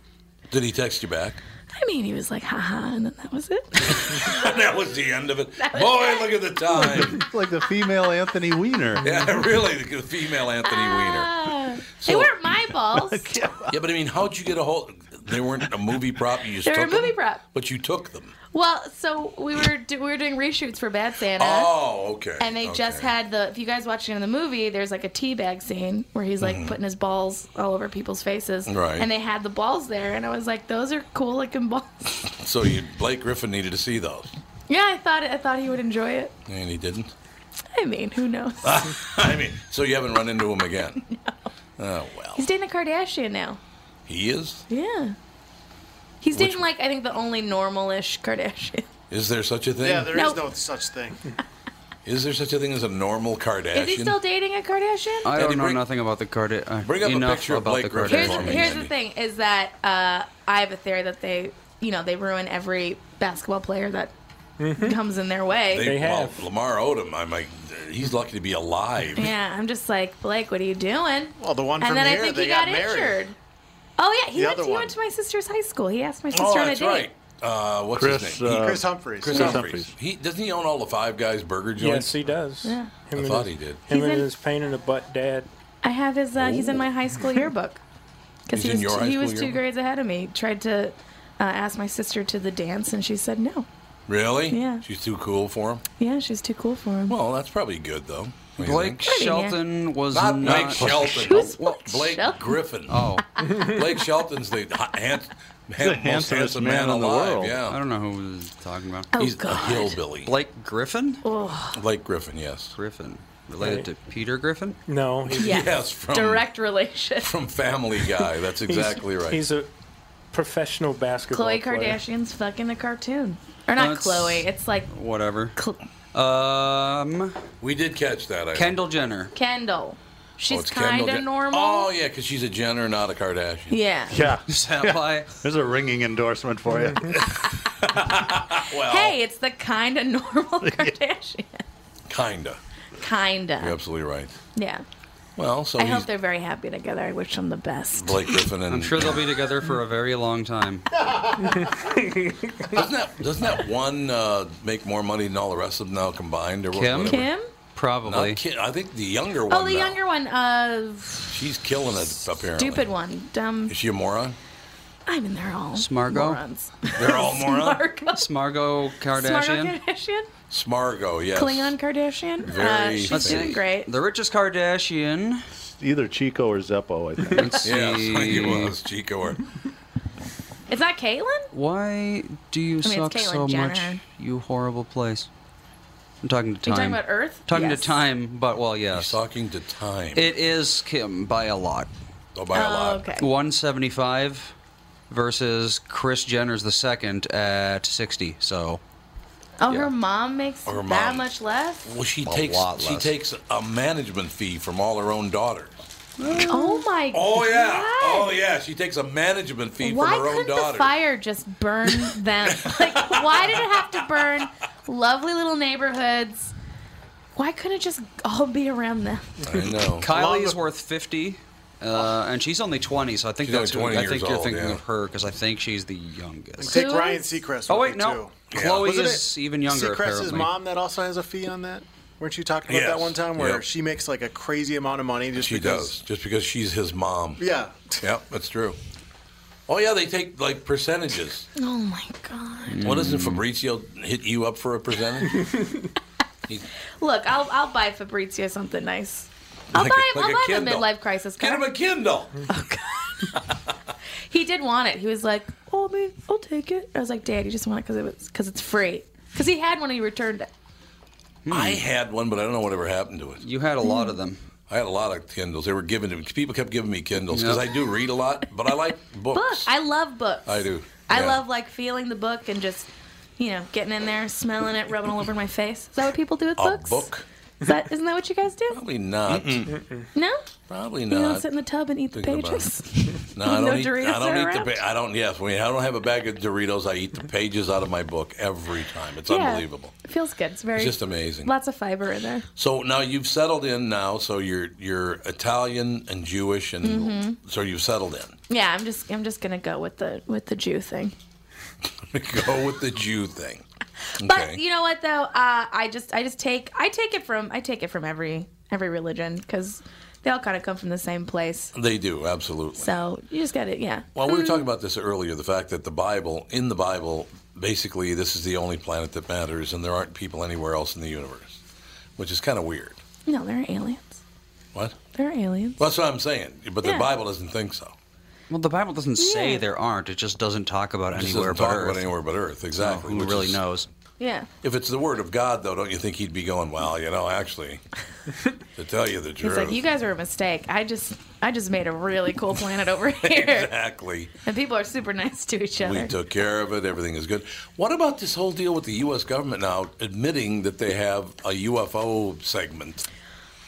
Speaker 1: Did he text you back?
Speaker 6: I mean, he was like, haha, and then that was it.
Speaker 1: that was the end of it.
Speaker 6: That was
Speaker 1: Boy, look at the time.
Speaker 3: It's like the female Anthony Weiner.
Speaker 1: yeah, really, the female Anthony
Speaker 6: Ah,
Speaker 1: Weiner.
Speaker 6: they
Speaker 1: Uh, So-
Speaker 6: weren't my balls.
Speaker 1: Yeah, but I mean, how'd you get a hold? They weren't a movie prop. You just
Speaker 6: they were
Speaker 1: took them,
Speaker 6: movie prop.
Speaker 1: but you took them.
Speaker 6: Well, so we were do- we were doing reshoots for Bad Santa.
Speaker 1: Oh, okay.
Speaker 6: And they just
Speaker 1: okay.
Speaker 6: had the. If you guys watched it in the movie, there's like a teabag scene where he's like
Speaker 1: Mhm.
Speaker 6: putting his balls all over people's faces.
Speaker 1: Right.
Speaker 6: And they had the balls there, and I was like, those are cool looking balls.
Speaker 1: So you, Blake Griffin needed to see those,
Speaker 6: yeah, I thought I thought he would enjoy it.
Speaker 1: and he didn't.
Speaker 6: I mean, who knows?
Speaker 1: I mean, so you haven't run into him again. Oh well,
Speaker 6: He's dating a Kardashian now.
Speaker 1: he is.
Speaker 6: Yeah. He's
Speaker 1: Which
Speaker 6: dating like I think the only normal-ish Kardashian.
Speaker 1: Is there such a thing?
Speaker 12: Yeah, there is
Speaker 6: No.
Speaker 12: no such thing.
Speaker 1: Is there such a thing as a normal
Speaker 6: Is
Speaker 1: Kardashian?
Speaker 6: he still dating a Kardashian?
Speaker 5: I don't
Speaker 1: Eddie,
Speaker 5: know
Speaker 1: bring-
Speaker 5: nothing about the Cardi. Uh,
Speaker 1: bring up a
Speaker 5: enough
Speaker 1: picture of
Speaker 5: about
Speaker 1: Blake
Speaker 5: the
Speaker 1: Griffin
Speaker 5: Kardashians.
Speaker 1: for me.
Speaker 6: Here's the thing: is that uh, I have a theory that they, you know, they ruin every basketball player that comes in their way.
Speaker 1: They, well, Lamar Odom. I'm like, he's lucky to be alive.
Speaker 6: yeah, I'm just like Blake. What are you doing?
Speaker 12: Well, the one
Speaker 6: and
Speaker 12: from
Speaker 6: then
Speaker 12: here,
Speaker 6: I think
Speaker 12: they
Speaker 6: he got,
Speaker 12: got married.
Speaker 6: injured. Oh yeah, he
Speaker 12: The
Speaker 6: went.
Speaker 12: other
Speaker 6: He
Speaker 12: one.
Speaker 6: went to my sister's high school. He asked my sister
Speaker 1: Oh,
Speaker 6: on a
Speaker 1: that's
Speaker 6: date.
Speaker 1: right. Uh, what's
Speaker 3: Chris,
Speaker 1: his name?
Speaker 3: uh, Chris
Speaker 12: Humphries.
Speaker 1: Chris
Speaker 3: Chris
Speaker 1: Humphries. He doesn't he own all the Five Guys burger joints?
Speaker 2: Yes, he does.
Speaker 6: Yeah.
Speaker 1: I
Speaker 2: and
Speaker 1: thought
Speaker 2: his-
Speaker 1: he did.
Speaker 2: Him
Speaker 6: He's
Speaker 2: and
Speaker 6: in-
Speaker 2: his pain in the butt dad.
Speaker 6: I have his. Uh, he's in my high school yearbook because
Speaker 2: He's
Speaker 6: he
Speaker 2: in
Speaker 6: was
Speaker 2: your high
Speaker 6: he was
Speaker 2: school
Speaker 6: two
Speaker 2: yearbook?
Speaker 6: grades ahead of me. Tried to uh, ask my sister to the dance, and she said no.
Speaker 1: Really?
Speaker 6: Yeah.
Speaker 1: She's too cool for him.
Speaker 6: Yeah, she's too cool for him.
Speaker 1: Well, that's probably good though. What do you
Speaker 5: Blake
Speaker 1: think?
Speaker 5: Shelton was
Speaker 1: not,
Speaker 5: not,
Speaker 1: Blake Shelton.
Speaker 5: Who's
Speaker 1: Well,
Speaker 5: Blake
Speaker 1: Blake
Speaker 5: Shelton?
Speaker 1: Griffin.
Speaker 5: Oh.
Speaker 1: Blake Shelton's the ha- hand, hand,
Speaker 5: the
Speaker 1: most handsome man,
Speaker 5: in the
Speaker 1: alive.
Speaker 5: world.
Speaker 1: Yeah.
Speaker 5: I don't know who was talking about.
Speaker 6: Oh,
Speaker 1: He's a hillbilly.
Speaker 5: Blake Griffin?
Speaker 1: Blake Griffin, yes.
Speaker 5: Griffin. Related
Speaker 1: Right.
Speaker 5: to Peter Griffin?
Speaker 2: No.
Speaker 1: Yes.
Speaker 5: um,
Speaker 1: from
Speaker 6: Direct relation.
Speaker 1: from Family Guy. That's
Speaker 2: He's-
Speaker 1: exactly right.
Speaker 2: He's a professional basketball
Speaker 6: Chloe
Speaker 2: player.
Speaker 6: Kardashian's fucking the cartoon, or not
Speaker 5: That's-
Speaker 6: Chloe? It's like
Speaker 5: Whatever. Um.
Speaker 1: We did catch that. I
Speaker 5: Kendall Jenner.
Speaker 6: Kendall. She's
Speaker 1: it's Kendall
Speaker 6: kind of
Speaker 1: Jen-
Speaker 6: normal.
Speaker 1: Oh yeah, because she's a Jenner, not a Kardashian.
Speaker 6: Yeah.
Speaker 3: Yeah.
Speaker 5: Yeah.
Speaker 3: There's a ringing endorsement for you.
Speaker 6: Hey, it's the kind of normal Kardashian.
Speaker 1: Kinda.
Speaker 6: Kinda.
Speaker 1: You're absolutely right.
Speaker 6: Yeah.
Speaker 1: Well, so
Speaker 6: I
Speaker 1: he's
Speaker 6: hope they're very happy together. I wish them the best.
Speaker 1: Blake Griffin and
Speaker 5: I'm sure they'll be together for a very long time.
Speaker 1: doesn't that doesn't that one uh, make more money than all the rest of them now combined or what-
Speaker 5: Kim?
Speaker 1: whatever?
Speaker 6: Kim?
Speaker 5: Probably.
Speaker 1: Not Kim. I think the younger one.
Speaker 6: Oh, the
Speaker 1: now.
Speaker 6: younger one. Uh,
Speaker 1: She's killing it apparently.
Speaker 6: stupid one. Dumb.
Speaker 1: Is she a moron?
Speaker 6: I mean, they're all
Speaker 5: Smargo?
Speaker 6: morons.
Speaker 1: They're all moron.
Speaker 6: Smargo
Speaker 5: Smargo Kardashian?
Speaker 6: Kardashian?
Speaker 1: Smargo, yes.
Speaker 6: Klingon Kardashian? uh,
Speaker 5: Very
Speaker 6: she's
Speaker 5: Let's
Speaker 6: doing
Speaker 5: see.
Speaker 6: great.
Speaker 5: The richest Kardashian.
Speaker 3: Either Chico or Zeppo, I think.
Speaker 5: Let's
Speaker 1: Yeah, I
Speaker 5: see.
Speaker 1: think it was Chico or
Speaker 6: Is that Caitlyn?
Speaker 5: Why do you
Speaker 6: I mean, it's
Speaker 5: suck
Speaker 6: Caitlyn
Speaker 5: so much,
Speaker 6: Jenner.
Speaker 5: you horrible place? I'm talking to
Speaker 6: Are you
Speaker 5: time.
Speaker 6: talking about Earth?
Speaker 5: Talking
Speaker 6: Yes.
Speaker 5: to time, but well, yes. He's
Speaker 1: talking to time.
Speaker 5: It is Kim by a lot.
Speaker 1: Oh,
Speaker 6: by a Oh, lot. okay.
Speaker 5: 175 versus Chris Jenner's the second at 60. So
Speaker 6: Oh,
Speaker 5: Yeah.
Speaker 6: her mom makes
Speaker 1: Her
Speaker 6: that
Speaker 1: mom.
Speaker 6: much less?
Speaker 1: Well, she
Speaker 5: A
Speaker 1: takes
Speaker 5: lot
Speaker 1: she
Speaker 5: less.
Speaker 1: takes a management fee from all her own daughters.
Speaker 6: Oh my
Speaker 1: Oh yeah,
Speaker 6: God.
Speaker 1: oh yeah. She takes a management fee
Speaker 6: Why
Speaker 1: from her own
Speaker 6: couldn't
Speaker 1: daughters.
Speaker 6: the fire just burn them? like, why did it have to burn lovely little neighborhoods? Why couldn't it just all be around them?
Speaker 1: I know.
Speaker 5: Kylie's worth 50. Uh, and she's only 20, so I think
Speaker 1: She's
Speaker 5: that's
Speaker 1: only 20
Speaker 5: who, I think
Speaker 1: years
Speaker 5: you're
Speaker 1: old,
Speaker 5: thinking
Speaker 1: yeah.
Speaker 5: of her because I think she's the youngest.
Speaker 12: Take Ryan Seacrest.
Speaker 5: Oh
Speaker 12: with
Speaker 5: wait,
Speaker 12: it,
Speaker 5: no.
Speaker 12: too.
Speaker 5: Chloe
Speaker 12: Wasn't
Speaker 5: is
Speaker 12: it
Speaker 5: even younger.
Speaker 12: Seacrest's
Speaker 5: apparently.
Speaker 12: mom that also has a fee on that. Weren't you talking about
Speaker 1: Yes.
Speaker 12: that one time where
Speaker 1: Yep.
Speaker 12: she makes like a crazy amount of money just
Speaker 1: She
Speaker 12: because?
Speaker 1: does just because she's his mom.
Speaker 12: Yeah.
Speaker 1: Yep, that's true. Oh yeah, they take like percentages.
Speaker 6: Oh my god!
Speaker 1: Well, doesn't Fabrizio hit you up for a percentage?
Speaker 6: Look, I'll I'll buy Fabrizio something nice. I'll
Speaker 1: Like a-
Speaker 6: buy him.
Speaker 1: like a
Speaker 6: I'll buy him a
Speaker 1: Kindle.
Speaker 6: midlife crisis
Speaker 1: Get
Speaker 6: card.
Speaker 1: him a Kindle.
Speaker 6: He did want it. He was like, "Oh, "Oh man, I'll take it." I was like, "Dad, you just want it because it was because it's free." Because he had one and he returned it.
Speaker 1: I had one, but I don't know whatever happened to it.
Speaker 5: You had a lot of them.
Speaker 1: I had a lot of Kindles. They were given to me. People kept giving me Kindles because I do read a lot, but I like books.
Speaker 6: Book. I love books.
Speaker 1: I do.
Speaker 6: I
Speaker 1: Yeah.
Speaker 6: love like feeling the book and just, you know, getting in there, smelling it, rubbing all over my face. Is that what people do with
Speaker 1: a
Speaker 6: books?
Speaker 1: book.
Speaker 6: Is that isn't that what you guys do?
Speaker 1: Probably not.
Speaker 6: No.
Speaker 1: Probably
Speaker 6: You
Speaker 1: not.
Speaker 6: don't sit in the tub and eat the
Speaker 1: Thinking about
Speaker 6: pages.
Speaker 1: No, I
Speaker 6: No
Speaker 1: don't eat.
Speaker 6: Doritos
Speaker 1: I don't
Speaker 6: are
Speaker 1: eat the.
Speaker 6: around?
Speaker 1: Pa- I don't. Yes, when I don't have a bag of Doritos, I eat the pages out of my book every time. It's
Speaker 6: Yeah.
Speaker 1: unbelievable.
Speaker 6: It feels good. It's very
Speaker 1: It's just amazing.
Speaker 6: Lots of fiber in there.
Speaker 1: So now you've settled in. Now, so you're you're Italian and Jewish, and
Speaker 6: Mhm.
Speaker 1: so you've settled in.
Speaker 6: Yeah, I'm just I'm just gonna go with the with the Jew thing.
Speaker 1: Go with the Jew thing. Okay.
Speaker 6: But you know what though, uh, I just I just take I take it from I take it from every every religion because they all kind of come from the same place.
Speaker 1: they do absolutely.
Speaker 6: So you just got to yeah.
Speaker 1: Well, we were talking about this earlier the fact that the Bible, in the Bible, basically this is the only planet that matters and there aren't people anywhere else in the universe, which is kind of weird.
Speaker 6: No, they're aliens.
Speaker 1: What?
Speaker 6: They're aliens.
Speaker 1: Well, that's what I'm saying. But the
Speaker 6: Yeah.
Speaker 1: Bible doesn't think so.
Speaker 5: Well, the Bible doesn't say
Speaker 6: Yeah.
Speaker 5: there aren't. It just doesn't talk about
Speaker 1: It just
Speaker 5: anywhere
Speaker 1: doesn't
Speaker 5: but
Speaker 1: talk
Speaker 5: Earth.
Speaker 1: about anywhere but Earth, exactly.
Speaker 5: who
Speaker 1: which
Speaker 5: really
Speaker 1: is-
Speaker 5: knows?
Speaker 6: Yeah.
Speaker 1: If it's the Word of God, though, don't you think he'd be going, well, you know, actually, to tell you the
Speaker 6: He's
Speaker 1: truth.
Speaker 6: like, you guys are a mistake. I just I just made a really cool planet over here,
Speaker 1: exactly.
Speaker 6: and people are super nice to each
Speaker 1: We
Speaker 6: other.
Speaker 1: took care of it. Everything is good. What about this whole deal with the U.S. government now admitting that they have a UFO segment?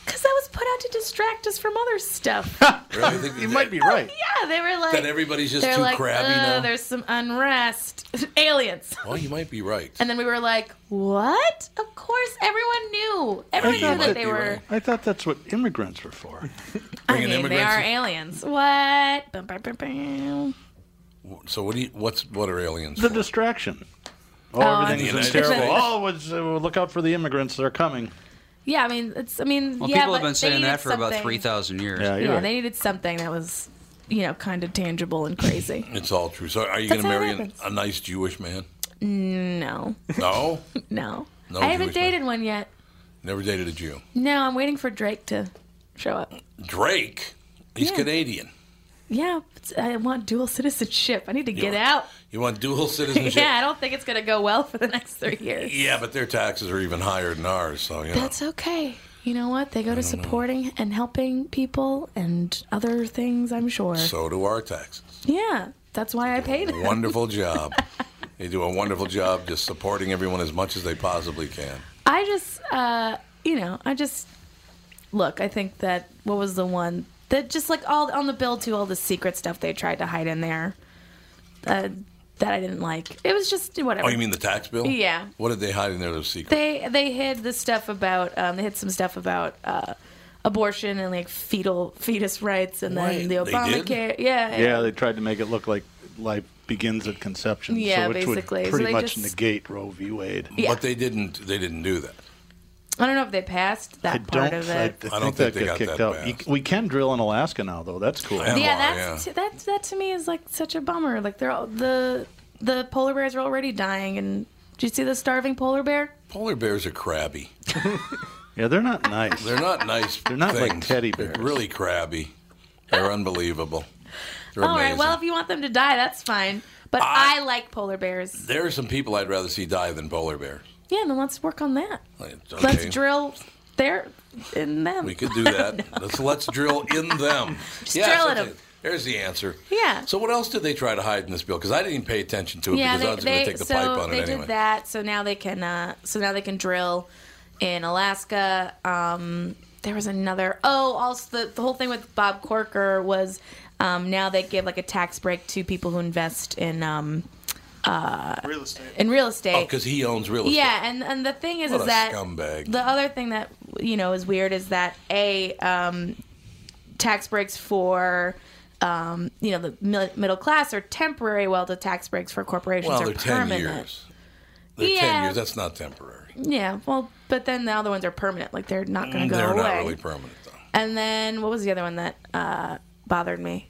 Speaker 6: Because that was put out to distract us from other stuff.
Speaker 1: Really? They-
Speaker 3: You might be right.
Speaker 6: yeah, they were like
Speaker 1: Then everybody's just
Speaker 6: they're
Speaker 1: too
Speaker 6: like,
Speaker 1: crabby
Speaker 6: "Uh,
Speaker 1: now?"
Speaker 6: There's some unrest, aliens.
Speaker 1: Well, you might be right.
Speaker 6: And then we were like, "What? Of course, everyone knew. Everyone knew that they were.
Speaker 3: I thought that's what immigrants were for.
Speaker 6: I mean, they are aliens. What? Bum, bum, bum, bum.
Speaker 1: So what do you? What's what are aliens?
Speaker 3: The distraction. Oh,
Speaker 6: Oh,
Speaker 3: everything's
Speaker 1: I
Speaker 3: just
Speaker 1: see.
Speaker 3: terrible.
Speaker 1: United States.
Speaker 3: Oh, it's, uh, look out for the immigrants. They're coming.
Speaker 6: Yeah, I mean, it's. I mean,
Speaker 5: Well,
Speaker 6: yeah,
Speaker 5: people have
Speaker 6: but
Speaker 5: been saying
Speaker 6: they
Speaker 5: that for
Speaker 6: needed
Speaker 5: about
Speaker 6: something-
Speaker 5: three thousand years.
Speaker 1: Yeah,
Speaker 6: Yeah, they needed something that was, you know, kind of tangible and crazy.
Speaker 1: It's all true. So are you
Speaker 6: That's
Speaker 1: going
Speaker 6: how
Speaker 1: to
Speaker 6: it
Speaker 1: marry an,
Speaker 6: happens.
Speaker 1: a nice Jewish man?
Speaker 6: No,
Speaker 1: No,
Speaker 6: no.
Speaker 1: No
Speaker 6: I haven't
Speaker 1: Jewish man.
Speaker 6: dated one yet.
Speaker 1: never dated a Jew.
Speaker 6: No, I'm waiting for Drake to show up.
Speaker 1: Drake, he's
Speaker 6: Yeah.
Speaker 1: Canadian.
Speaker 6: Yeah, it's- I want dual citizenship. I need to
Speaker 1: You
Speaker 6: get
Speaker 1: want-
Speaker 6: out.
Speaker 1: You want dual citizenship?
Speaker 6: Yeah, I don't think it's gonna go well for the next three years.
Speaker 1: Yeah, but their taxes are even higher than ours. So you know.
Speaker 6: That's okay. You know what? They go to supporting and helping people and other things, I'm sure.
Speaker 1: so do our taxes.
Speaker 6: yeah, that's why I paid them.
Speaker 1: Wonderful job. They do a wonderful job just supporting everyone as much as they possibly can.
Speaker 6: I just, uh, you know, I just look. I think that what was the one that just like all on the bill to all the secret stuff they tried to hide in there uh, that I didn't like. It was just whatever.
Speaker 1: Oh, you mean the tax bill?
Speaker 6: Yeah.
Speaker 1: What did they hide in there? Those secrets.
Speaker 6: they they hid the stuff about um, they hid some stuff about uh, abortion and like fetal fetus rights and then
Speaker 1: Wait,
Speaker 6: the
Speaker 3: they did?
Speaker 6: Obamacare. Yeah,
Speaker 3: Yeah, they tried to make it look like life begins at conception.
Speaker 6: Yeah,
Speaker 3: so which
Speaker 6: basically. So
Speaker 3: Would pretty
Speaker 6: they
Speaker 3: much
Speaker 6: just-
Speaker 3: negate Roe v. Wade.
Speaker 6: Yeah. But
Speaker 1: they didn't. They didn't do that.
Speaker 6: I don't know if they passed that
Speaker 3: I
Speaker 6: part
Speaker 3: don't.
Speaker 6: of
Speaker 3: I, I
Speaker 6: it.
Speaker 3: think
Speaker 1: I don't
Speaker 3: that
Speaker 1: think they
Speaker 3: got,
Speaker 1: got
Speaker 3: kicked
Speaker 1: that
Speaker 3: out. You- we can drill in Alaska now, though. That's cool.
Speaker 6: yeah, that's t- that. That to me is like such a bummer. Like they're all, the the polar bears are already dying, and do you see the starving polar bear?
Speaker 1: Polar bears are crabby.
Speaker 3: yeah, they're not nice.
Speaker 1: They're not nice. They're
Speaker 3: not like teddy
Speaker 1: bears. really crabby. They're unbelievable. They're
Speaker 6: All
Speaker 1: amazing.
Speaker 6: right. Well, if you want them to die, that's fine. But I, like polar bears.
Speaker 1: there are some people I'd rather see die than polar bears.
Speaker 6: Yeah, then let's work on that.
Speaker 1: Like,
Speaker 6: Let's
Speaker 1: okay,
Speaker 6: drill there in them.
Speaker 1: We could do that. let's let's drill in them. Yeah,
Speaker 6: drill
Speaker 1: so
Speaker 6: at 'em.
Speaker 1: th- There's the answer.
Speaker 6: Yeah.
Speaker 1: So what else did they try to hide in this bill? Because I didn't even pay attention to it because I was going to take the
Speaker 6: so
Speaker 1: pipe on
Speaker 6: they
Speaker 1: it anyway.
Speaker 6: did that. So now they can. Uh, so now they can drill in Alaska. Um, there was another. Oh, also the, the whole thing with Bob Corker was um, now they give like a tax break to people who invest in um, uh,
Speaker 12: real estate.
Speaker 6: In real estate.
Speaker 1: Oh, because he owns real estate.
Speaker 6: Yeah, and and the thing is,
Speaker 1: What
Speaker 6: is
Speaker 1: a
Speaker 6: that
Speaker 1: scumbag.
Speaker 6: the other thing that you know is weird is that a um, tax breaks for. Um, you know the mil- middle class are temporary, while the tax breaks for corporations
Speaker 1: Well,
Speaker 6: are
Speaker 1: they're ten
Speaker 6: permanent.
Speaker 1: years. They're ten
Speaker 6: Yeah.
Speaker 1: years. That's not temporary.
Speaker 6: Yeah, well, but then the other ones are permanent. Like they're not going to go
Speaker 1: Mm. They're
Speaker 6: away.
Speaker 1: not really permanent.
Speaker 6: And then what was the other one that uh, bothered me?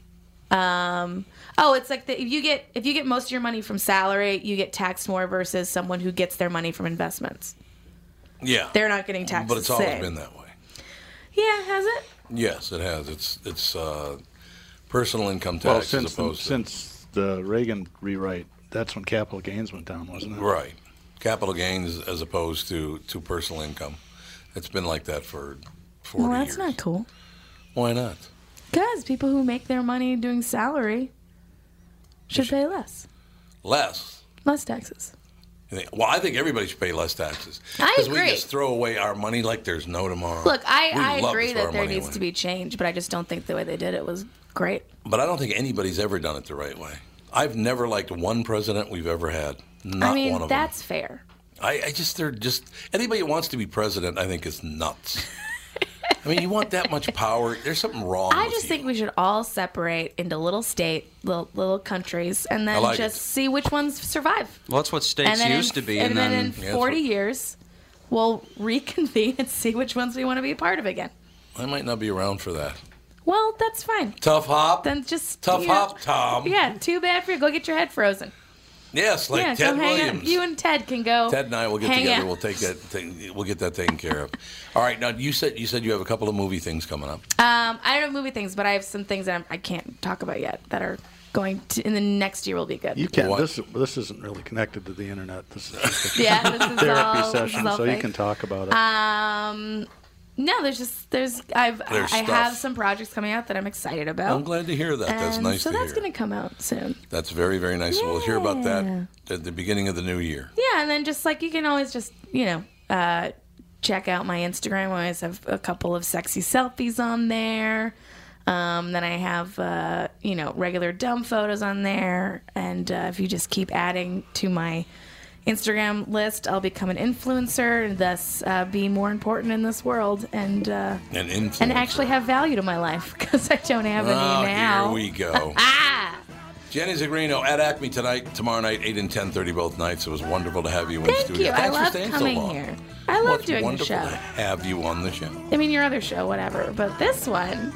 Speaker 6: Um, oh, it's like the, if you get if you get most of your money from salary, you get taxed more versus someone who gets their money from investments.
Speaker 1: Yeah.
Speaker 6: They're not getting taxed.
Speaker 1: But it's
Speaker 6: the
Speaker 1: always
Speaker 6: same.
Speaker 1: been that way.
Speaker 6: Yeah, has it?
Speaker 1: Yes, it has. It's it's uh, personal income tax
Speaker 3: Well,
Speaker 1: as
Speaker 3: since
Speaker 1: opposed to
Speaker 3: since the Reagan rewrite, that's when capital gains went down, wasn't it?
Speaker 1: Right. Capital gains as opposed to, to personal income. It's been like that for 40
Speaker 6: Well, that's
Speaker 1: years.
Speaker 6: not cool.
Speaker 1: Why not?
Speaker 6: Because people who make their money doing salary should pay less,
Speaker 1: Less.
Speaker 6: less taxes.
Speaker 1: Well, I think everybody should pay less taxes.
Speaker 6: I
Speaker 1: Because we
Speaker 6: agree.
Speaker 1: just throw away our money like there's no tomorrow.
Speaker 6: Look, I,
Speaker 1: We
Speaker 6: I
Speaker 1: love to
Speaker 6: agree
Speaker 1: throw our
Speaker 6: that there
Speaker 1: money
Speaker 6: needs
Speaker 1: away.
Speaker 6: to be change, but I just don't think the way they did it was great.
Speaker 1: But I don't think anybody's ever done it the right way. I've never liked one president we've ever had. Not
Speaker 6: I mean,
Speaker 1: one of
Speaker 6: that's fair.
Speaker 1: them. I, I just, they're just, anybody who wants to be president, I think is nuts. I mean, you want that much power, there's something wrong.
Speaker 6: I
Speaker 1: with
Speaker 6: just
Speaker 1: you.
Speaker 6: think we should all separate into little state, little, little countries, and
Speaker 5: I
Speaker 6: then
Speaker 5: like
Speaker 6: just
Speaker 5: it.
Speaker 6: see which ones survive.
Speaker 5: Well, that's what states
Speaker 6: and then
Speaker 5: used
Speaker 6: in,
Speaker 5: to be,
Speaker 6: and, then, in
Speaker 5: Yeah, that's
Speaker 6: 40
Speaker 5: what-
Speaker 6: years, we'll reconvene and see which ones we want to be a part of again.
Speaker 1: I might not be around for that.
Speaker 6: Well, that's fine.
Speaker 1: Tough hop.
Speaker 6: Then just
Speaker 1: Tough
Speaker 6: you know-
Speaker 1: hop, Tom.
Speaker 6: Yeah, too bad for you. Go get your head frozen.
Speaker 1: Yes, like
Speaker 6: yeah, go
Speaker 1: Ted
Speaker 6: hang out.
Speaker 1: Williams.
Speaker 6: You and Ted can go.
Speaker 1: Ted and I will get
Speaker 6: Oh, hang
Speaker 1: together.
Speaker 6: out.
Speaker 1: We'll take that thing. We'll get that taken care of. All right. Now you said you said you have a couple of movie things coming up.
Speaker 6: Um, I don't have movie things, but I have some things that I'm, I can't talk about yet that are going to in the next year will be good.
Speaker 3: You can. not This this isn't really connected to the internet. This is just a
Speaker 6: Yeah, this is
Speaker 3: therapy
Speaker 6: all- Uh, this is
Speaker 3: session,
Speaker 6: all
Speaker 3: so
Speaker 6: fake.
Speaker 3: you can talk about it.
Speaker 6: Um, no, there's just there's I've
Speaker 1: There's
Speaker 6: I
Speaker 1: stuff.
Speaker 6: have some projects coming out that I'm excited about.
Speaker 1: I'm glad to hear that. That's
Speaker 6: And
Speaker 1: nice
Speaker 6: Oh. Um, So
Speaker 1: to
Speaker 6: that's
Speaker 1: hear.
Speaker 6: gonna come out soon.
Speaker 1: That's very very nice. We'll hear about that at the beginning of the new year.
Speaker 6: Yeah, and then just like you can always just you know uh, check out my Instagram. I always have a couple of sexy selfies on there. Um, then I have uh, you know regular dumb photos on there, and uh, if you just keep adding to my Instagram list, I'll become an influencer and thus uh, be more important in this world and uh,
Speaker 1: An influencer.
Speaker 6: and actually have value to my life because I don't have any
Speaker 1: Oh,
Speaker 6: now.
Speaker 1: here we go.
Speaker 6: Ah.
Speaker 1: Jenny Zagrino at Acme tonight, tomorrow night, eight and ten thirty both nights. It was wonderful to have you in
Speaker 6: Thank
Speaker 1: studio.
Speaker 6: you. I
Speaker 1: Thanks for
Speaker 6: love
Speaker 1: staying
Speaker 6: coming
Speaker 1: so long.
Speaker 6: here. I love
Speaker 1: Well, it's
Speaker 6: doing the
Speaker 1: wonderful
Speaker 6: show.
Speaker 1: to have you on the show.
Speaker 6: I mean, your other show, whatever, but this one.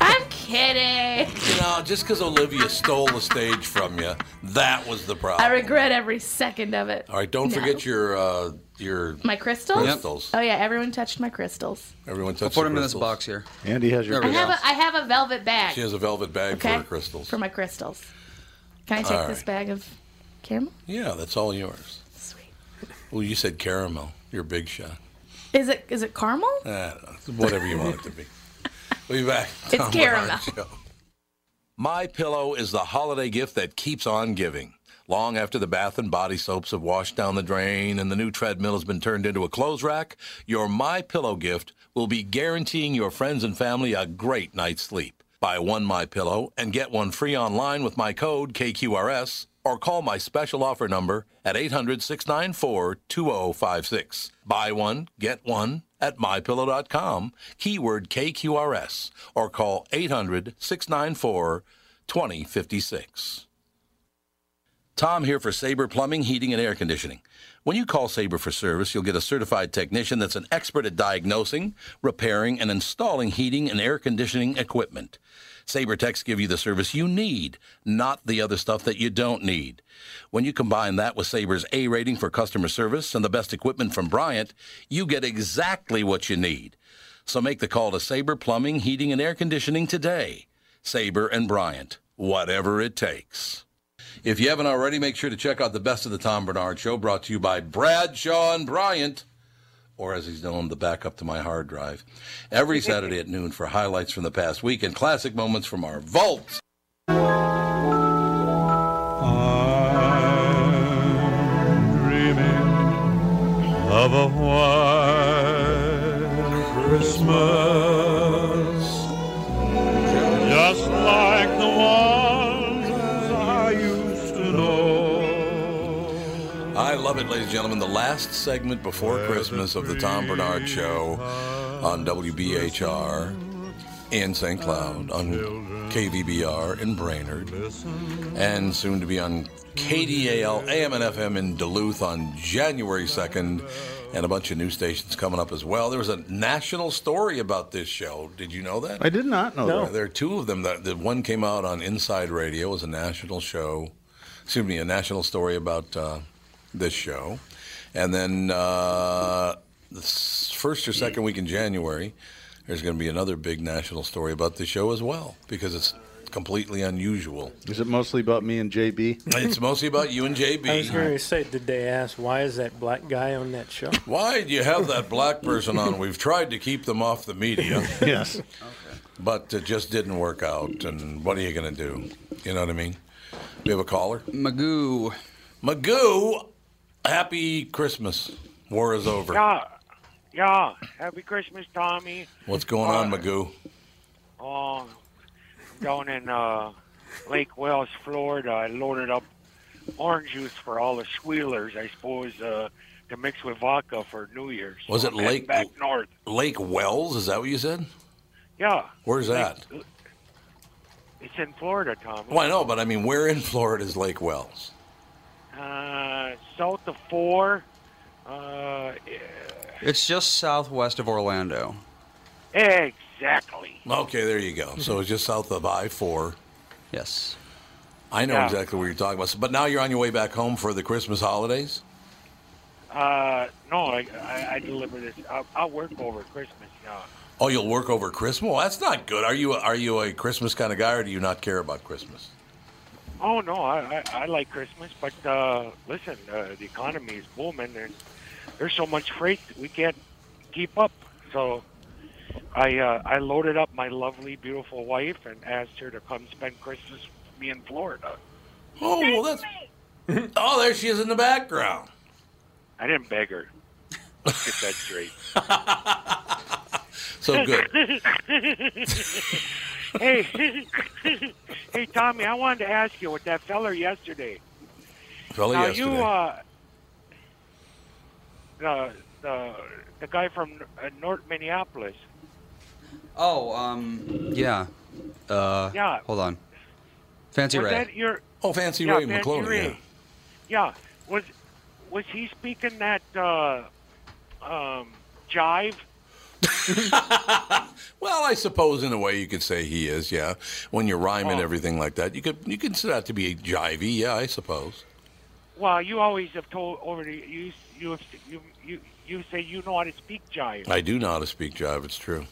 Speaker 6: I'm kidding.
Speaker 1: You know, just because Olivia stole the stage from you, that was the problem.
Speaker 6: I regret every second of it.
Speaker 1: All right, don't
Speaker 6: No.
Speaker 1: forget your uh, your
Speaker 6: My crystals?
Speaker 1: Crystals.
Speaker 6: Oh, yeah, everyone touched my crystals.
Speaker 1: Everyone touched.
Speaker 5: put
Speaker 1: the
Speaker 5: them in this
Speaker 1: crystals.
Speaker 5: box here.
Speaker 3: Andy has your.
Speaker 6: I have, a, I have a velvet bag
Speaker 1: She has a velvet bag for
Speaker 6: Okay.
Speaker 1: her crystals.
Speaker 6: for my crystals. Can I take
Speaker 1: All
Speaker 6: this
Speaker 1: right.
Speaker 6: bag of caramel?
Speaker 1: Yeah, that's all yours.
Speaker 6: Sweet.
Speaker 1: Well, you said caramel. You're a big shot.
Speaker 6: Is it is it caramel?
Speaker 1: I don't know. It's Whatever you want it to be. We'll be back.
Speaker 6: It's
Speaker 1: Tom Bernard
Speaker 6: caramel.
Speaker 1: Show. My Pillow is the holiday gift that keeps on giving. Long after the bath and body soaps have washed down the drain and the new treadmill has been turned into a clothes rack, your My Pillow gift will be guaranteeing your friends and family a great night's sleep. Buy one My Pillow and get one free online with my code KQRS or call my special offer number at 800-694-2056. Buy one, get one at mypillow.com, keyword KQRS, or call 800-694-2056. Tom here for Sabre Plumbing, Heating, and Air Conditioning. When you call Sabre for service, you'll get a certified technician that's an expert at diagnosing, repairing, and installing heating and air conditioning equipment. Sabre Techs give you the service you need, not the other stuff that you don't need. When you combine that with Sabre's A rating for customer service and the best equipment from Bryant, you get exactly what you need. So make the call to Sabre Plumbing, Heating, and Air Conditioning today. Sabre and Bryant, whatever it takes. If you haven't already, make sure to check out the best of the Tom Bernard Show, brought to you by Bradshaw and Bryant, or as he's known, the backup to my hard drive, every Saturday at noon for highlights from the past week and classic moments from our vault.
Speaker 7: of a white Christmas, just like the ones I used to know.
Speaker 1: I love it, ladies and gentlemen. The last segment before Christmas of the Tom Bernard Show on WBHR in St. Cloud, on KVBR in Brainerd, and soon to be on KDAL AM and FM in Duluth on January 2nd, and a bunch of new stations coming up as well. There was a national story about this show. Did you know that?
Speaker 3: I did not know
Speaker 1: Yeah,
Speaker 3: that.
Speaker 1: There are two of them. That the one came out on Inside Radio was a national show. Excuse me, a national story about uh, this show, and then uh, the s- first or second week in January, there's going to be another big national story about this show as well because it's completely unusual.
Speaker 3: Is it mostly about me and JB?
Speaker 1: It's mostly about you and JB.
Speaker 2: I was going to say, did they ask why is that black guy on that show?
Speaker 1: Why do you have that black person on? We've tried to keep them off the media.
Speaker 3: Yes.
Speaker 1: But it just didn't work out. And what are you going to do? You know what I mean? We have a caller?
Speaker 5: Magoo.
Speaker 1: Magoo, happy Christmas. War is over.
Speaker 10: Yeah, yeah. Happy Christmas, Tommy.
Speaker 1: What's going on, Magoo?
Speaker 10: Oh, down in uh, Lake Wells, Florida, I loaded up orange juice for all the squealers, I suppose, uh, to mix with vodka for New Year's.
Speaker 1: Was it
Speaker 10: I'm heading
Speaker 1: Lake
Speaker 10: back north?
Speaker 1: Lake Wells? Is that what you said?
Speaker 10: Yeah,
Speaker 1: Where's that?
Speaker 10: it's in Florida, Tommy.
Speaker 1: Well, Oh, I know, but I mean, where in Florida is Lake Wells?
Speaker 10: Uh, south of four. Uh,
Speaker 5: It's just southwest of Orlando.
Speaker 10: exactly.
Speaker 1: Okay, there you go. So it's just south of I 4.
Speaker 5: Yes.
Speaker 1: I know
Speaker 10: Yeah.
Speaker 1: exactly what you're talking about. So- But now you're on your way back home for the Christmas holidays?
Speaker 10: Uh, no, I, I, I deliver this. I'll, I'll work over Christmas now.
Speaker 1: Oh, you'll work over Christmas? Well, that's not good. Are you are you a Christmas kind of guy, or do you not care about Christmas?
Speaker 10: Oh no, I, I, I like Christmas, but uh, listen, uh, the economy is booming, and there's so much freight that we can't keep up. So I uh, I loaded up my lovely, beautiful wife and asked her to come spend Christmas with me in Florida.
Speaker 1: Oh well, that's oh there she is in the background.
Speaker 10: I didn't beg her. Let's get that straight.
Speaker 1: So good.
Speaker 10: hey, hey, Tommy, I wanted to ask you with that feller yesterday.
Speaker 1: Fella
Speaker 10: now
Speaker 1: yesterday.
Speaker 10: you, uh, the the the guy from uh, North Minneapolis.
Speaker 5: Oh, um, Yeah. Uh,
Speaker 10: Yeah.
Speaker 5: Hold on. Fancy
Speaker 10: was
Speaker 5: Ray.
Speaker 10: that your?
Speaker 1: Oh, Fancy
Speaker 10: yeah,
Speaker 5: Ray
Speaker 10: Fancy
Speaker 5: McClone,
Speaker 10: Ray. Yeah. Was was he speaking that uh, um, jive?
Speaker 1: Well, I suppose in a way you could say he is. Yeah, when you rhyme and everything like that, you could you consider that to be jivey. Yeah, I suppose.
Speaker 10: Well, you always have told over the you you have, you you you say you know how to speak jive.
Speaker 1: I do know how to speak jive. It's true.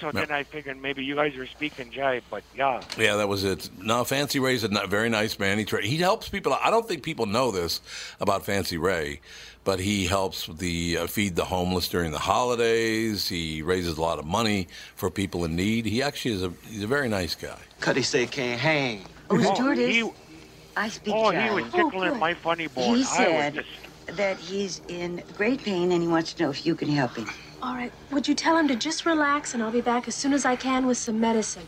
Speaker 10: So
Speaker 1: No.
Speaker 10: then I figured maybe you guys are speaking jive, but yeah.
Speaker 1: Yeah, that was it. No, Fancy Ray's a n- very nice man. He tra- he helps people. I don't think people know this about Fancy Ray, but he helps the uh, feed the homeless during the holidays. He raises a lot of money for people in need. He actually is a he's a very nice guy.
Speaker 14: Cuddy say can't hang.
Speaker 10: Oh, Stewardess,
Speaker 15: I speak
Speaker 10: Oh,
Speaker 15: jive.
Speaker 10: he was tickling my funny bone.
Speaker 15: He
Speaker 10: I
Speaker 15: said
Speaker 10: was
Speaker 15: that he's in great pain and he wants to know if you can help him.
Speaker 16: All right, would you tell him to just relax and I'll be back as soon as I can with some medicine?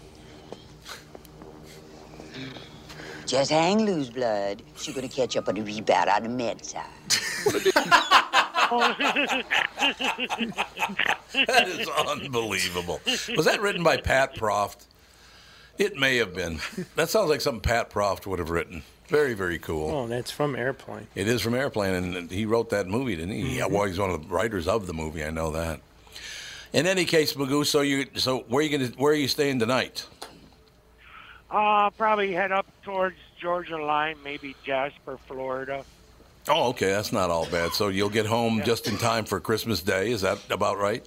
Speaker 15: Just hang loose, blood. She's gonna catch up on the rebound on the med side.
Speaker 1: That is unbelievable. Was that written by Pat Proft? It may have been. That sounds like something Pat Proft would have written. Very very cool.
Speaker 2: Oh, that's from Airplane.
Speaker 1: It is from Airplane, and he wrote that movie, didn't he? Yeah, well, he's one of the writers of the movie. I know that. In any case, Magoo, so you, so where you gonna, where are you staying tonight?
Speaker 10: Uh, probably head up towards Georgia line, maybe Jasper, Florida.
Speaker 1: Oh, okay, that's not all bad. So you'll get home just in time for Christmas Day. Is that about right?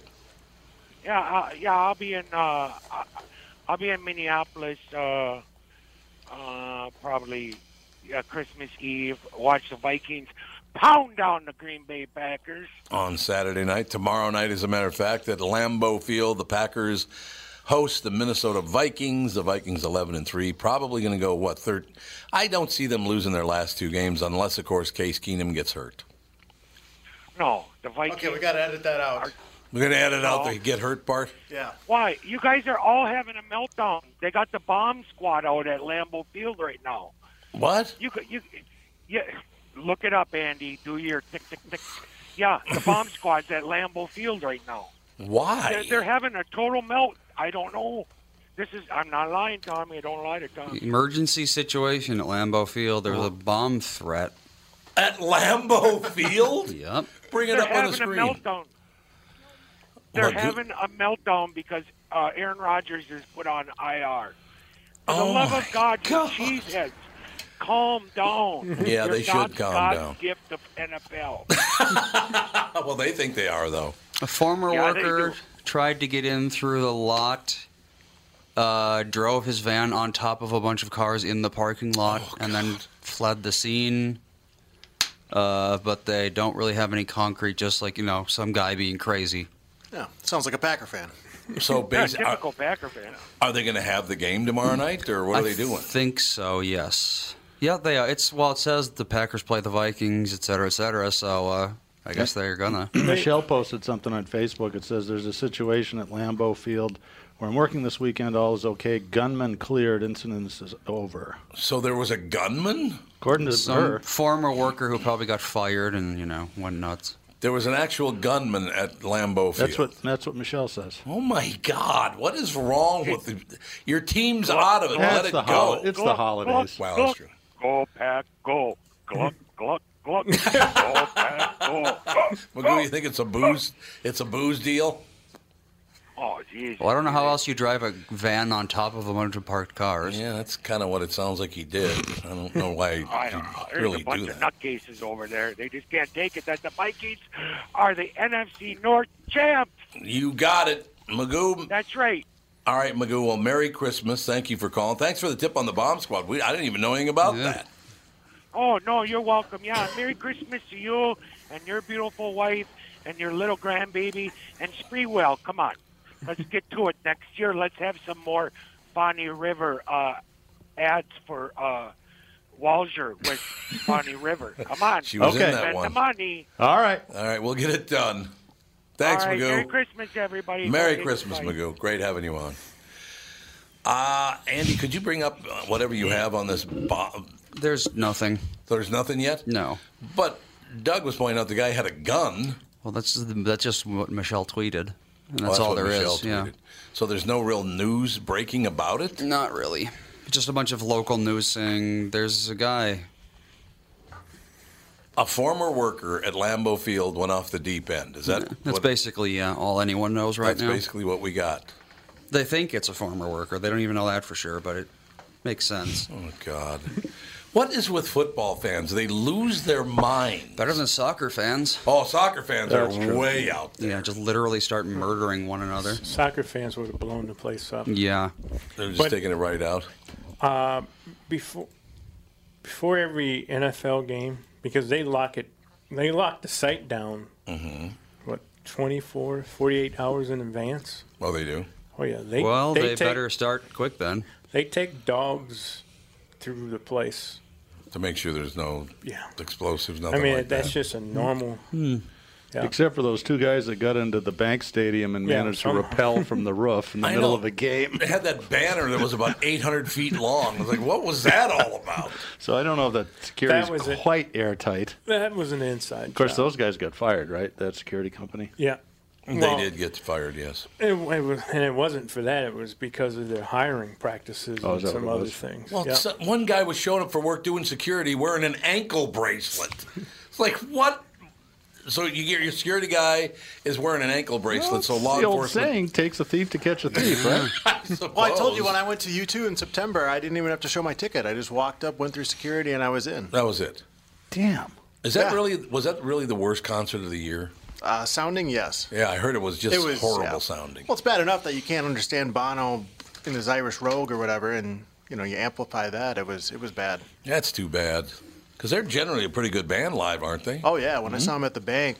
Speaker 10: Yeah, uh, yeah, I'll be in. Uh, I- I'll be in Minneapolis. Uh, uh, probably yeah, Christmas Eve. Watch the Vikings pound down the Green Bay Packers.
Speaker 1: on Saturday night. Tomorrow night, as a matter of fact, at Lambeau Field, the Packers host the Minnesota Vikings. The Vikings eleven and three, probably going to go what third? I don't see them losing their last two games, unless of course Case Keenum gets hurt.
Speaker 10: No, the Vikings.
Speaker 12: Okay, we gotta edit that out.
Speaker 1: We're going to edit out
Speaker 10: No.
Speaker 1: the get hurt part.
Speaker 12: Yeah.
Speaker 10: Why? You guys are all having a meltdown. They got the bomb squad out at Lambeau Field right now.
Speaker 1: What?
Speaker 10: You could you, yeah. Look it up, Andy. Do your tick tick tick. Yeah, the bomb squad's at Lambeau Field right now. They're,
Speaker 1: Why?
Speaker 10: they're having a total melt. I don't know. This is. I'm not lying, Tommy. I don't lie to Tommy.
Speaker 5: Emergency situation at Lambeau Field. There was
Speaker 10: Oh.
Speaker 5: a bomb threat.
Speaker 1: At Lambeau Field?
Speaker 5: yep.
Speaker 1: Bring
Speaker 10: they're
Speaker 1: it up on
Speaker 10: having
Speaker 1: the
Speaker 10: a
Speaker 1: screen.
Speaker 10: meltdown. They're
Speaker 1: Magoo-
Speaker 10: having a meltdown because uh, Aaron Rodgers is put on IR. For the
Speaker 1: Oh
Speaker 10: love
Speaker 1: my
Speaker 10: of God, you cheeseheads, calm down.
Speaker 1: Yeah,
Speaker 10: You're
Speaker 1: they should
Speaker 10: not
Speaker 1: calm
Speaker 10: God's
Speaker 1: down.
Speaker 10: Gift of NFL.
Speaker 1: Ah, well, they think they are though.
Speaker 5: A former
Speaker 10: Yeah, they
Speaker 5: worker tried to get in through the lot uh, uh, drove his van on top of a bunch of cars in the parking lot,
Speaker 1: Oh,
Speaker 5: and then fled the scene. Uh, but they don't really have any concrete, just like you know, some guy being crazy.
Speaker 12: Yeah, sounds like a Packer fan.
Speaker 1: So basi- uh,
Speaker 10: yeah, typical Packer fan.
Speaker 1: Are they going to have the game tomorrow night, or what are
Speaker 5: I
Speaker 1: they doing?
Speaker 5: Think so, yes. Yeah, they are. It's well, it says the Packers play the Vikings, et cetera, et cetera. So uh, I guess they're gonna.
Speaker 3: Michelle posted something on Facebook. It says there's a situation at Lambeau Field where I'm working this weekend. All is okay. Gunman cleared. Incident is over.
Speaker 1: So there was a gunman?
Speaker 3: According to
Speaker 5: Some
Speaker 3: her.
Speaker 5: former worker who probably got fired and you know went nuts.
Speaker 1: There was an actual gunman at Lambeau Field.
Speaker 3: That's what that's what Michelle says.
Speaker 1: Oh my God! What is wrong with the, your team's out of it?
Speaker 3: That's
Speaker 1: Let it
Speaker 3: the
Speaker 1: go.
Speaker 3: hol- it's the Gluck, holidays. gluck,
Speaker 1: Wow, that's
Speaker 3: gluck.
Speaker 1: true.
Speaker 10: Go pack, go. Gluck, gluck, gluck. go pack, go.
Speaker 1: Magoo, you think it's a booze? It's a booze deal.
Speaker 10: Oh, jeez.
Speaker 5: Well, I don't know how else you drive a van on top of a bunch of parked cars.
Speaker 1: Yeah, that's kind of what it sounds like he did. I don't know why
Speaker 10: I don't know.
Speaker 1: he'd
Speaker 10: There's
Speaker 1: really
Speaker 10: a bunch
Speaker 1: do
Speaker 10: of
Speaker 1: that.
Speaker 10: nutcases over there. They just can't take it that the Vikings are the NFC North champs.
Speaker 1: You got it, Magoo.
Speaker 10: That's right.
Speaker 1: All right, Magoo. Well, Merry Christmas. Thank you for calling. Thanks for the tip on the bomb squad. We, I didn't even know anything about that.
Speaker 10: Oh no, you're welcome. Yeah, Merry Christmas to you and your beautiful wife and your little grandbaby and Spreewell. Come on, let's get to it next year. Let's have some more Bonnie River uh, ads for uh, Walzer with Bonnie River. Come on,
Speaker 1: She was in Okay. that
Speaker 10: spend the
Speaker 1: one.
Speaker 10: money.
Speaker 3: All right.
Speaker 1: All right, we'll get it done. Thanks,
Speaker 10: All right,
Speaker 1: Magoo.
Speaker 10: Merry Christmas, everybody.
Speaker 1: Merry
Speaker 10: Go
Speaker 1: Christmas,
Speaker 10: Vikes.
Speaker 1: Magoo. Great having you on. Uh, Andy, could you bring up uh, whatever you have on this? Bo-
Speaker 5: There's nothing.
Speaker 1: There's nothing yet.
Speaker 5: No.
Speaker 1: But Doug was pointing out the guy had a gun.
Speaker 5: Well, that's that's just what Michelle tweeted, and
Speaker 1: Well,
Speaker 5: that's,
Speaker 1: Oh,
Speaker 5: all
Speaker 1: what
Speaker 5: there
Speaker 1: Michelle
Speaker 5: is. Yeah.
Speaker 1: tweeted. So there's no real news breaking about it.
Speaker 5: Not really. Just a bunch of local news saying there's a guy.
Speaker 1: A former worker at Lambeau Field went off the deep end. Is that
Speaker 5: That's
Speaker 1: what,
Speaker 5: basically yeah, all anyone knows right
Speaker 1: that's
Speaker 5: now.
Speaker 1: basically what we got?
Speaker 5: They think it's a former worker. They don't even know that for sure, but it makes sense.
Speaker 1: Oh God, what is with football fans? They lose their mind.
Speaker 5: Better than soccer fans.
Speaker 1: Oh, soccer fans
Speaker 5: That's
Speaker 1: are
Speaker 5: true.
Speaker 1: way out.
Speaker 5: Yeah, just literally start murdering one another.
Speaker 2: Soccer fans would have blown the place up.
Speaker 5: Yeah.
Speaker 1: They're just
Speaker 2: But-
Speaker 1: taking it right out.
Speaker 2: Uh, before before every NFL game, because they lock it, they lock the site down.
Speaker 1: Mm-hmm.
Speaker 2: What 24, 48 hours in advance?
Speaker 1: Well, they do.
Speaker 2: Oh yeah, they
Speaker 5: well,
Speaker 2: they,
Speaker 5: they,
Speaker 2: take,
Speaker 5: better start quick then.
Speaker 2: they take dogs through the place.
Speaker 1: to make sure there's no oh, explosives, nothing
Speaker 2: I mean,
Speaker 1: like
Speaker 2: that's
Speaker 1: that. Hmm.
Speaker 2: just a normal. Yeah.
Speaker 3: Except for those two guys that got into the bank stadium and
Speaker 2: Yeah,
Speaker 3: managed to
Speaker 2: somehow.
Speaker 3: rappel from the roof in the
Speaker 1: I
Speaker 3: middle
Speaker 1: know.
Speaker 3: of a game.
Speaker 1: They had that banner that was about 800 feet long. I was like, what was that all about?
Speaker 3: So I don't know if that security's
Speaker 2: That was it.
Speaker 3: quite airtight.
Speaker 2: That was an inside.
Speaker 3: Of course,
Speaker 2: job.
Speaker 3: those guys got fired, right? That security company.
Speaker 2: Yeah.
Speaker 1: They
Speaker 2: Well-
Speaker 1: did get fired, yes.
Speaker 2: It, it was, and it wasn't for that. It was because of their hiring practices
Speaker 1: Oh, is
Speaker 2: and
Speaker 1: that
Speaker 2: some
Speaker 1: what it
Speaker 2: other
Speaker 1: was?
Speaker 2: things.
Speaker 1: Well,
Speaker 2: Yeah.
Speaker 1: so- one guy was showing up for work doing security wearing an ankle bracelet. It's like, what? So you get your security guy is wearing an ankle bracelet, so law
Speaker 3: the old
Speaker 1: enforcement.
Speaker 3: saying takes a thief to catch a thief, right?
Speaker 1: well,
Speaker 12: I told you when I went to U2 in September, I didn't even have to show my ticket. I just walked up, went through security, and I was in.
Speaker 1: That was it.
Speaker 3: Damn.
Speaker 1: Is that
Speaker 12: Yeah.
Speaker 1: really? Was that really the worst concert of the year?
Speaker 12: Uh, sounding, yes.
Speaker 1: Yeah, I heard it was just
Speaker 12: It was,
Speaker 1: horrible
Speaker 12: yeah.
Speaker 1: sounding.
Speaker 12: Well, it's bad enough that you can't understand Bono in his Irish Rogue or whatever, and you know you amplify that. It was it was bad.
Speaker 1: That's too bad, because they're generally a pretty good band live, aren't they?
Speaker 12: Oh yeah, when
Speaker 1: Mm-hmm.
Speaker 12: I saw him at the bank,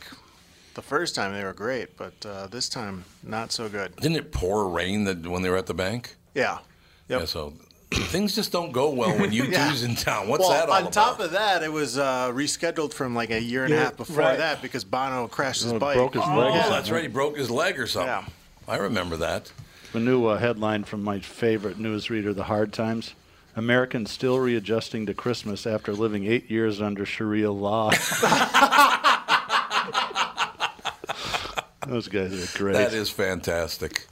Speaker 12: the first time they were great, but uh, this time not so good.
Speaker 1: Didn't it pour rain that when they were at the bank?
Speaker 12: Yeah.
Speaker 1: Yeah, so things just don't go well when you
Speaker 12: Yeah.
Speaker 1: two's in town. What's
Speaker 12: well,
Speaker 1: that all
Speaker 12: on
Speaker 1: about?
Speaker 12: top of that, it was uh, rescheduled from like a year and a
Speaker 1: Yeah,
Speaker 12: half before
Speaker 1: right.
Speaker 12: that because Bono crashed his
Speaker 3: Oh,
Speaker 12: bike.
Speaker 3: broke his leg or
Speaker 1: Oh,
Speaker 3: something.
Speaker 1: that's right. He broke his leg or something. I remember that.
Speaker 3: The new uh, headline from my favorite newsreader, The Hard Times. Americans still readjusting to Christmas after living eight years under Sharia law. Those guys are great.
Speaker 1: That is fantastic.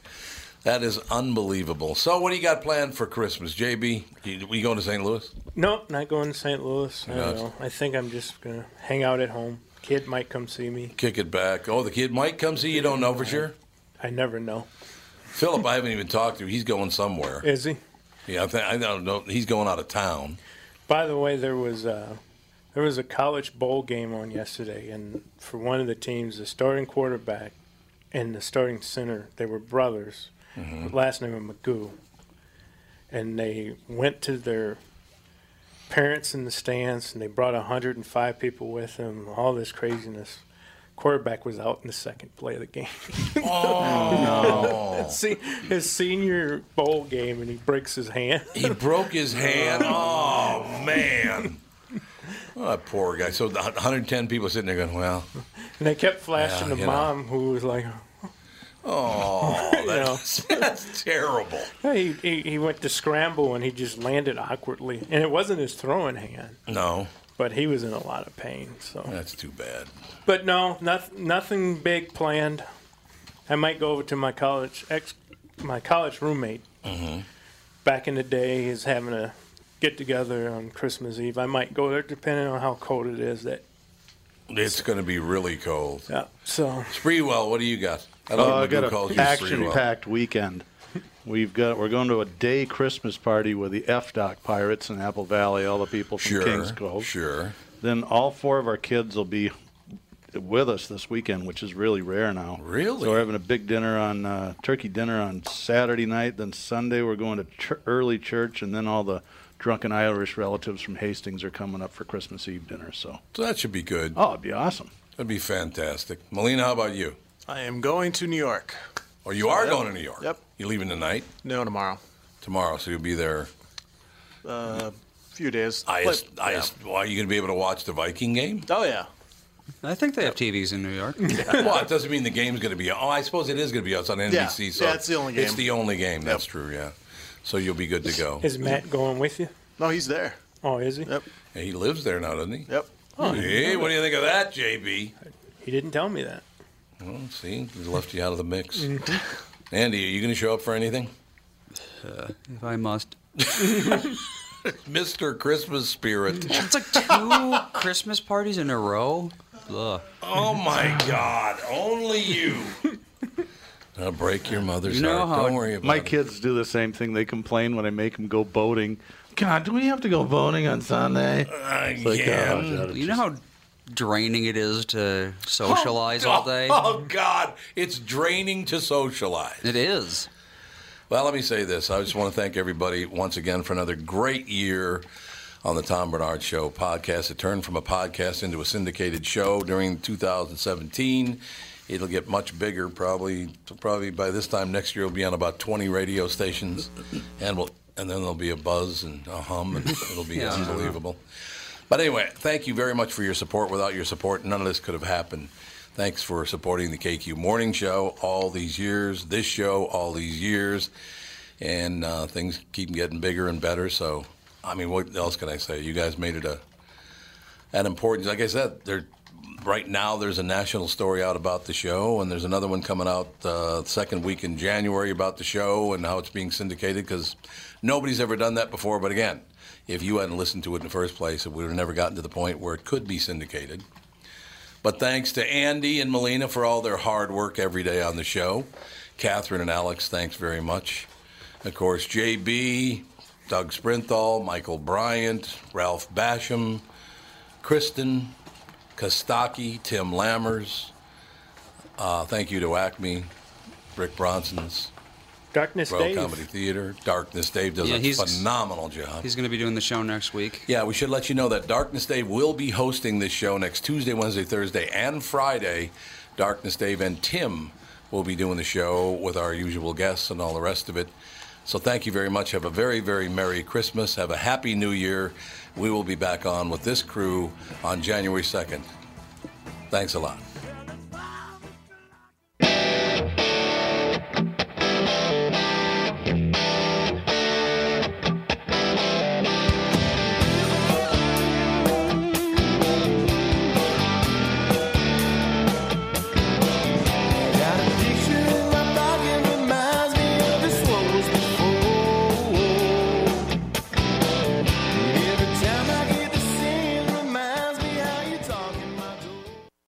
Speaker 1: That is unbelievable. So, what do you got planned for Christmas, JB? You, we going to St. Louis?
Speaker 2: Nope, not going to St. Louis. I
Speaker 1: You're
Speaker 2: don't
Speaker 1: not?
Speaker 2: know. I think I'm just gonna hang out at home. Kid might come see me.
Speaker 1: Kick it back. Oh, the kid Mike comes see. You don't know for sure.
Speaker 2: I never know.
Speaker 1: Philip, I haven't even talked to. He's going somewhere.
Speaker 2: Is he?
Speaker 1: Yeah, I, th- I don't know. He's going out of town.
Speaker 2: By the way, there was a, there was a college bowl game on yesterday, and for one of the teams, the starting
Speaker 1: Mm-hmm.
Speaker 2: quarterback and the starting center, they were brothers. Last name of Magoo. and they went to their parents in the stands and they brought 105 people with them. All this craziness. Quarterback was out in the second play of the game.
Speaker 1: Oh, no.
Speaker 2: See, his senior bowl game, and he breaks his hand.
Speaker 1: He broke his hand. Oh man. Oh, that poor guy. So the 110 people sitting there going, "Well,
Speaker 2: And they kept flashing
Speaker 1: Yeah,
Speaker 2: the
Speaker 1: you know.
Speaker 2: mom, who was like,
Speaker 1: oh,
Speaker 2: You
Speaker 1: that's, that's terrible."
Speaker 2: He, he, he went to scramble and he just landed awkwardly. And it wasn't his throwing hand,
Speaker 1: No,
Speaker 2: but he was in a lot of pain. So,
Speaker 1: that's too bad.
Speaker 2: But no, noth- nothing big planned. I might go over to my college ex, my college roommate.
Speaker 1: Mhm.
Speaker 2: Back in the day, he's having a get together on Christmas Eve. I might go there, depending on how cold it is. That
Speaker 1: It's going to be really cold.
Speaker 2: Yeah. So,
Speaker 1: Spreewell, what do you got? I
Speaker 3: Uh, I
Speaker 1: what
Speaker 3: got
Speaker 1: who calls
Speaker 3: an
Speaker 1: you Spreewell.
Speaker 3: action-packed weekend. We've got we're going to a day Christmas party with the F Doc Pirates in Apple Valley. All the people from
Speaker 1: Sure,
Speaker 3: Kings Cove.
Speaker 1: Sure.
Speaker 3: Then all four of our kids will be with us this weekend, which is really rare now.
Speaker 1: Really?
Speaker 3: So we're having a big dinner on uh, turkey dinner on Saturday night. Then Sunday we're going to ch- early church, and then all the drunken Irish relatives from Hastings are coming up for Christmas Eve dinner. So
Speaker 1: So that should be good.
Speaker 3: Oh, it'd be awesome.
Speaker 1: That'd be fantastic. Melina, how about you?
Speaker 12: I am going to New York.
Speaker 1: Oh, you are
Speaker 12: Yep.
Speaker 1: going to New York.
Speaker 12: Yep.
Speaker 1: You leaving tonight?
Speaker 12: No, tomorrow.
Speaker 1: Tomorrow, so you'll be there.
Speaker 12: A uh, few days.
Speaker 1: I,
Speaker 12: Like-
Speaker 1: I,
Speaker 12: yeah.
Speaker 1: well, are you going to be able to watch the Viking game?
Speaker 12: Oh yeah.
Speaker 5: I think they have TVs in New York.
Speaker 1: well, it doesn't mean the game's going to be. Oh, I suppose it is going to be. It's on NBC. So
Speaker 12: Yeah, it's the only
Speaker 1: It's
Speaker 12: game.
Speaker 1: the only game. That's true. Yeah. So you'll be good to go.
Speaker 2: is Matt going with you?
Speaker 12: No, he's there.
Speaker 2: Oh, is he?
Speaker 12: Yep.
Speaker 1: Yeah, he lives there now, doesn't he?
Speaker 12: Yep.
Speaker 1: Hey, what do you think of that, JB?
Speaker 2: He didn't tell me that.
Speaker 1: Well, see, he left you out of the mix. Andy, are you going to show up for anything?
Speaker 5: Uh, if I must.
Speaker 1: Mr. Christmas Spirit.
Speaker 5: It's like two Christmas parties in a row. Ugh.
Speaker 1: Oh my God! Only you. I'll break your mother's
Speaker 3: You know
Speaker 1: heart.
Speaker 3: how
Speaker 1: Don't worry about
Speaker 3: my
Speaker 1: it.
Speaker 3: kids do the same thing. They complain when I make them go boating. God, do we have to go boating on Sunday?
Speaker 1: Uh,
Speaker 3: It's like,
Speaker 5: uh,
Speaker 3: oh, God,
Speaker 5: Mm, you know how draining it is to socialize
Speaker 1: Oh,
Speaker 5: all day?
Speaker 1: Oh God, it's draining to socialize.
Speaker 5: It is.
Speaker 1: Well, let me say this. I just want to thank everybody once again for another great year on the Tom Bernard Show podcast. It turned from a podcast into a syndicated show during 2017. It'll get much bigger probably probably by this time next year it'll be on about 20 radio stations and we'll and then there'll be a buzz and a hum and it'll be
Speaker 5: Yeah.
Speaker 1: unbelievable. But anyway, thank you very much for your support. Without your support, none of this could have happened. Thanks for supporting the KQ Morning Show all these years, this show all these years, and uh, things keep getting bigger and better. So, I mean, what else can I say? You guys made it a an important. Like I said, there right now there's a national story out about the show, and there's another one coming out uh, second week in January about the show and how it's being syndicated because nobody's ever done that before. But again, if you hadn't listened to it in the first place, it would have never gotten to the point where it could be syndicated. But thanks to Andy and Melina for all their hard work every day on the show. Catherine and Alex, thanks very much. Of course, JB, Doug Sprinthal, Michael Bryant, Ralph Basham, Kristen, Kostaki, Tim Lammers. Uh, thank you to Acme, Rick Bronson's
Speaker 2: Darkness
Speaker 1: Royal
Speaker 2: Dave.
Speaker 1: Comedy Theater. Darkness Dave does
Speaker 5: Yeah,
Speaker 1: a
Speaker 5: he's-
Speaker 1: phenomenal job.
Speaker 5: He's going to be doing the show next week.
Speaker 1: Yeah, we should let you know that Darkness Dave will be hosting this show next Tuesday, Wednesday, Thursday, and Friday. Darkness Dave and Tim will be doing the show with our usual guests and all the rest of it. So thank you very much. Have a very, very Merry Christmas. Have a Happy New Year. We will be back on with this crew on January 2nd. Thanks a lot.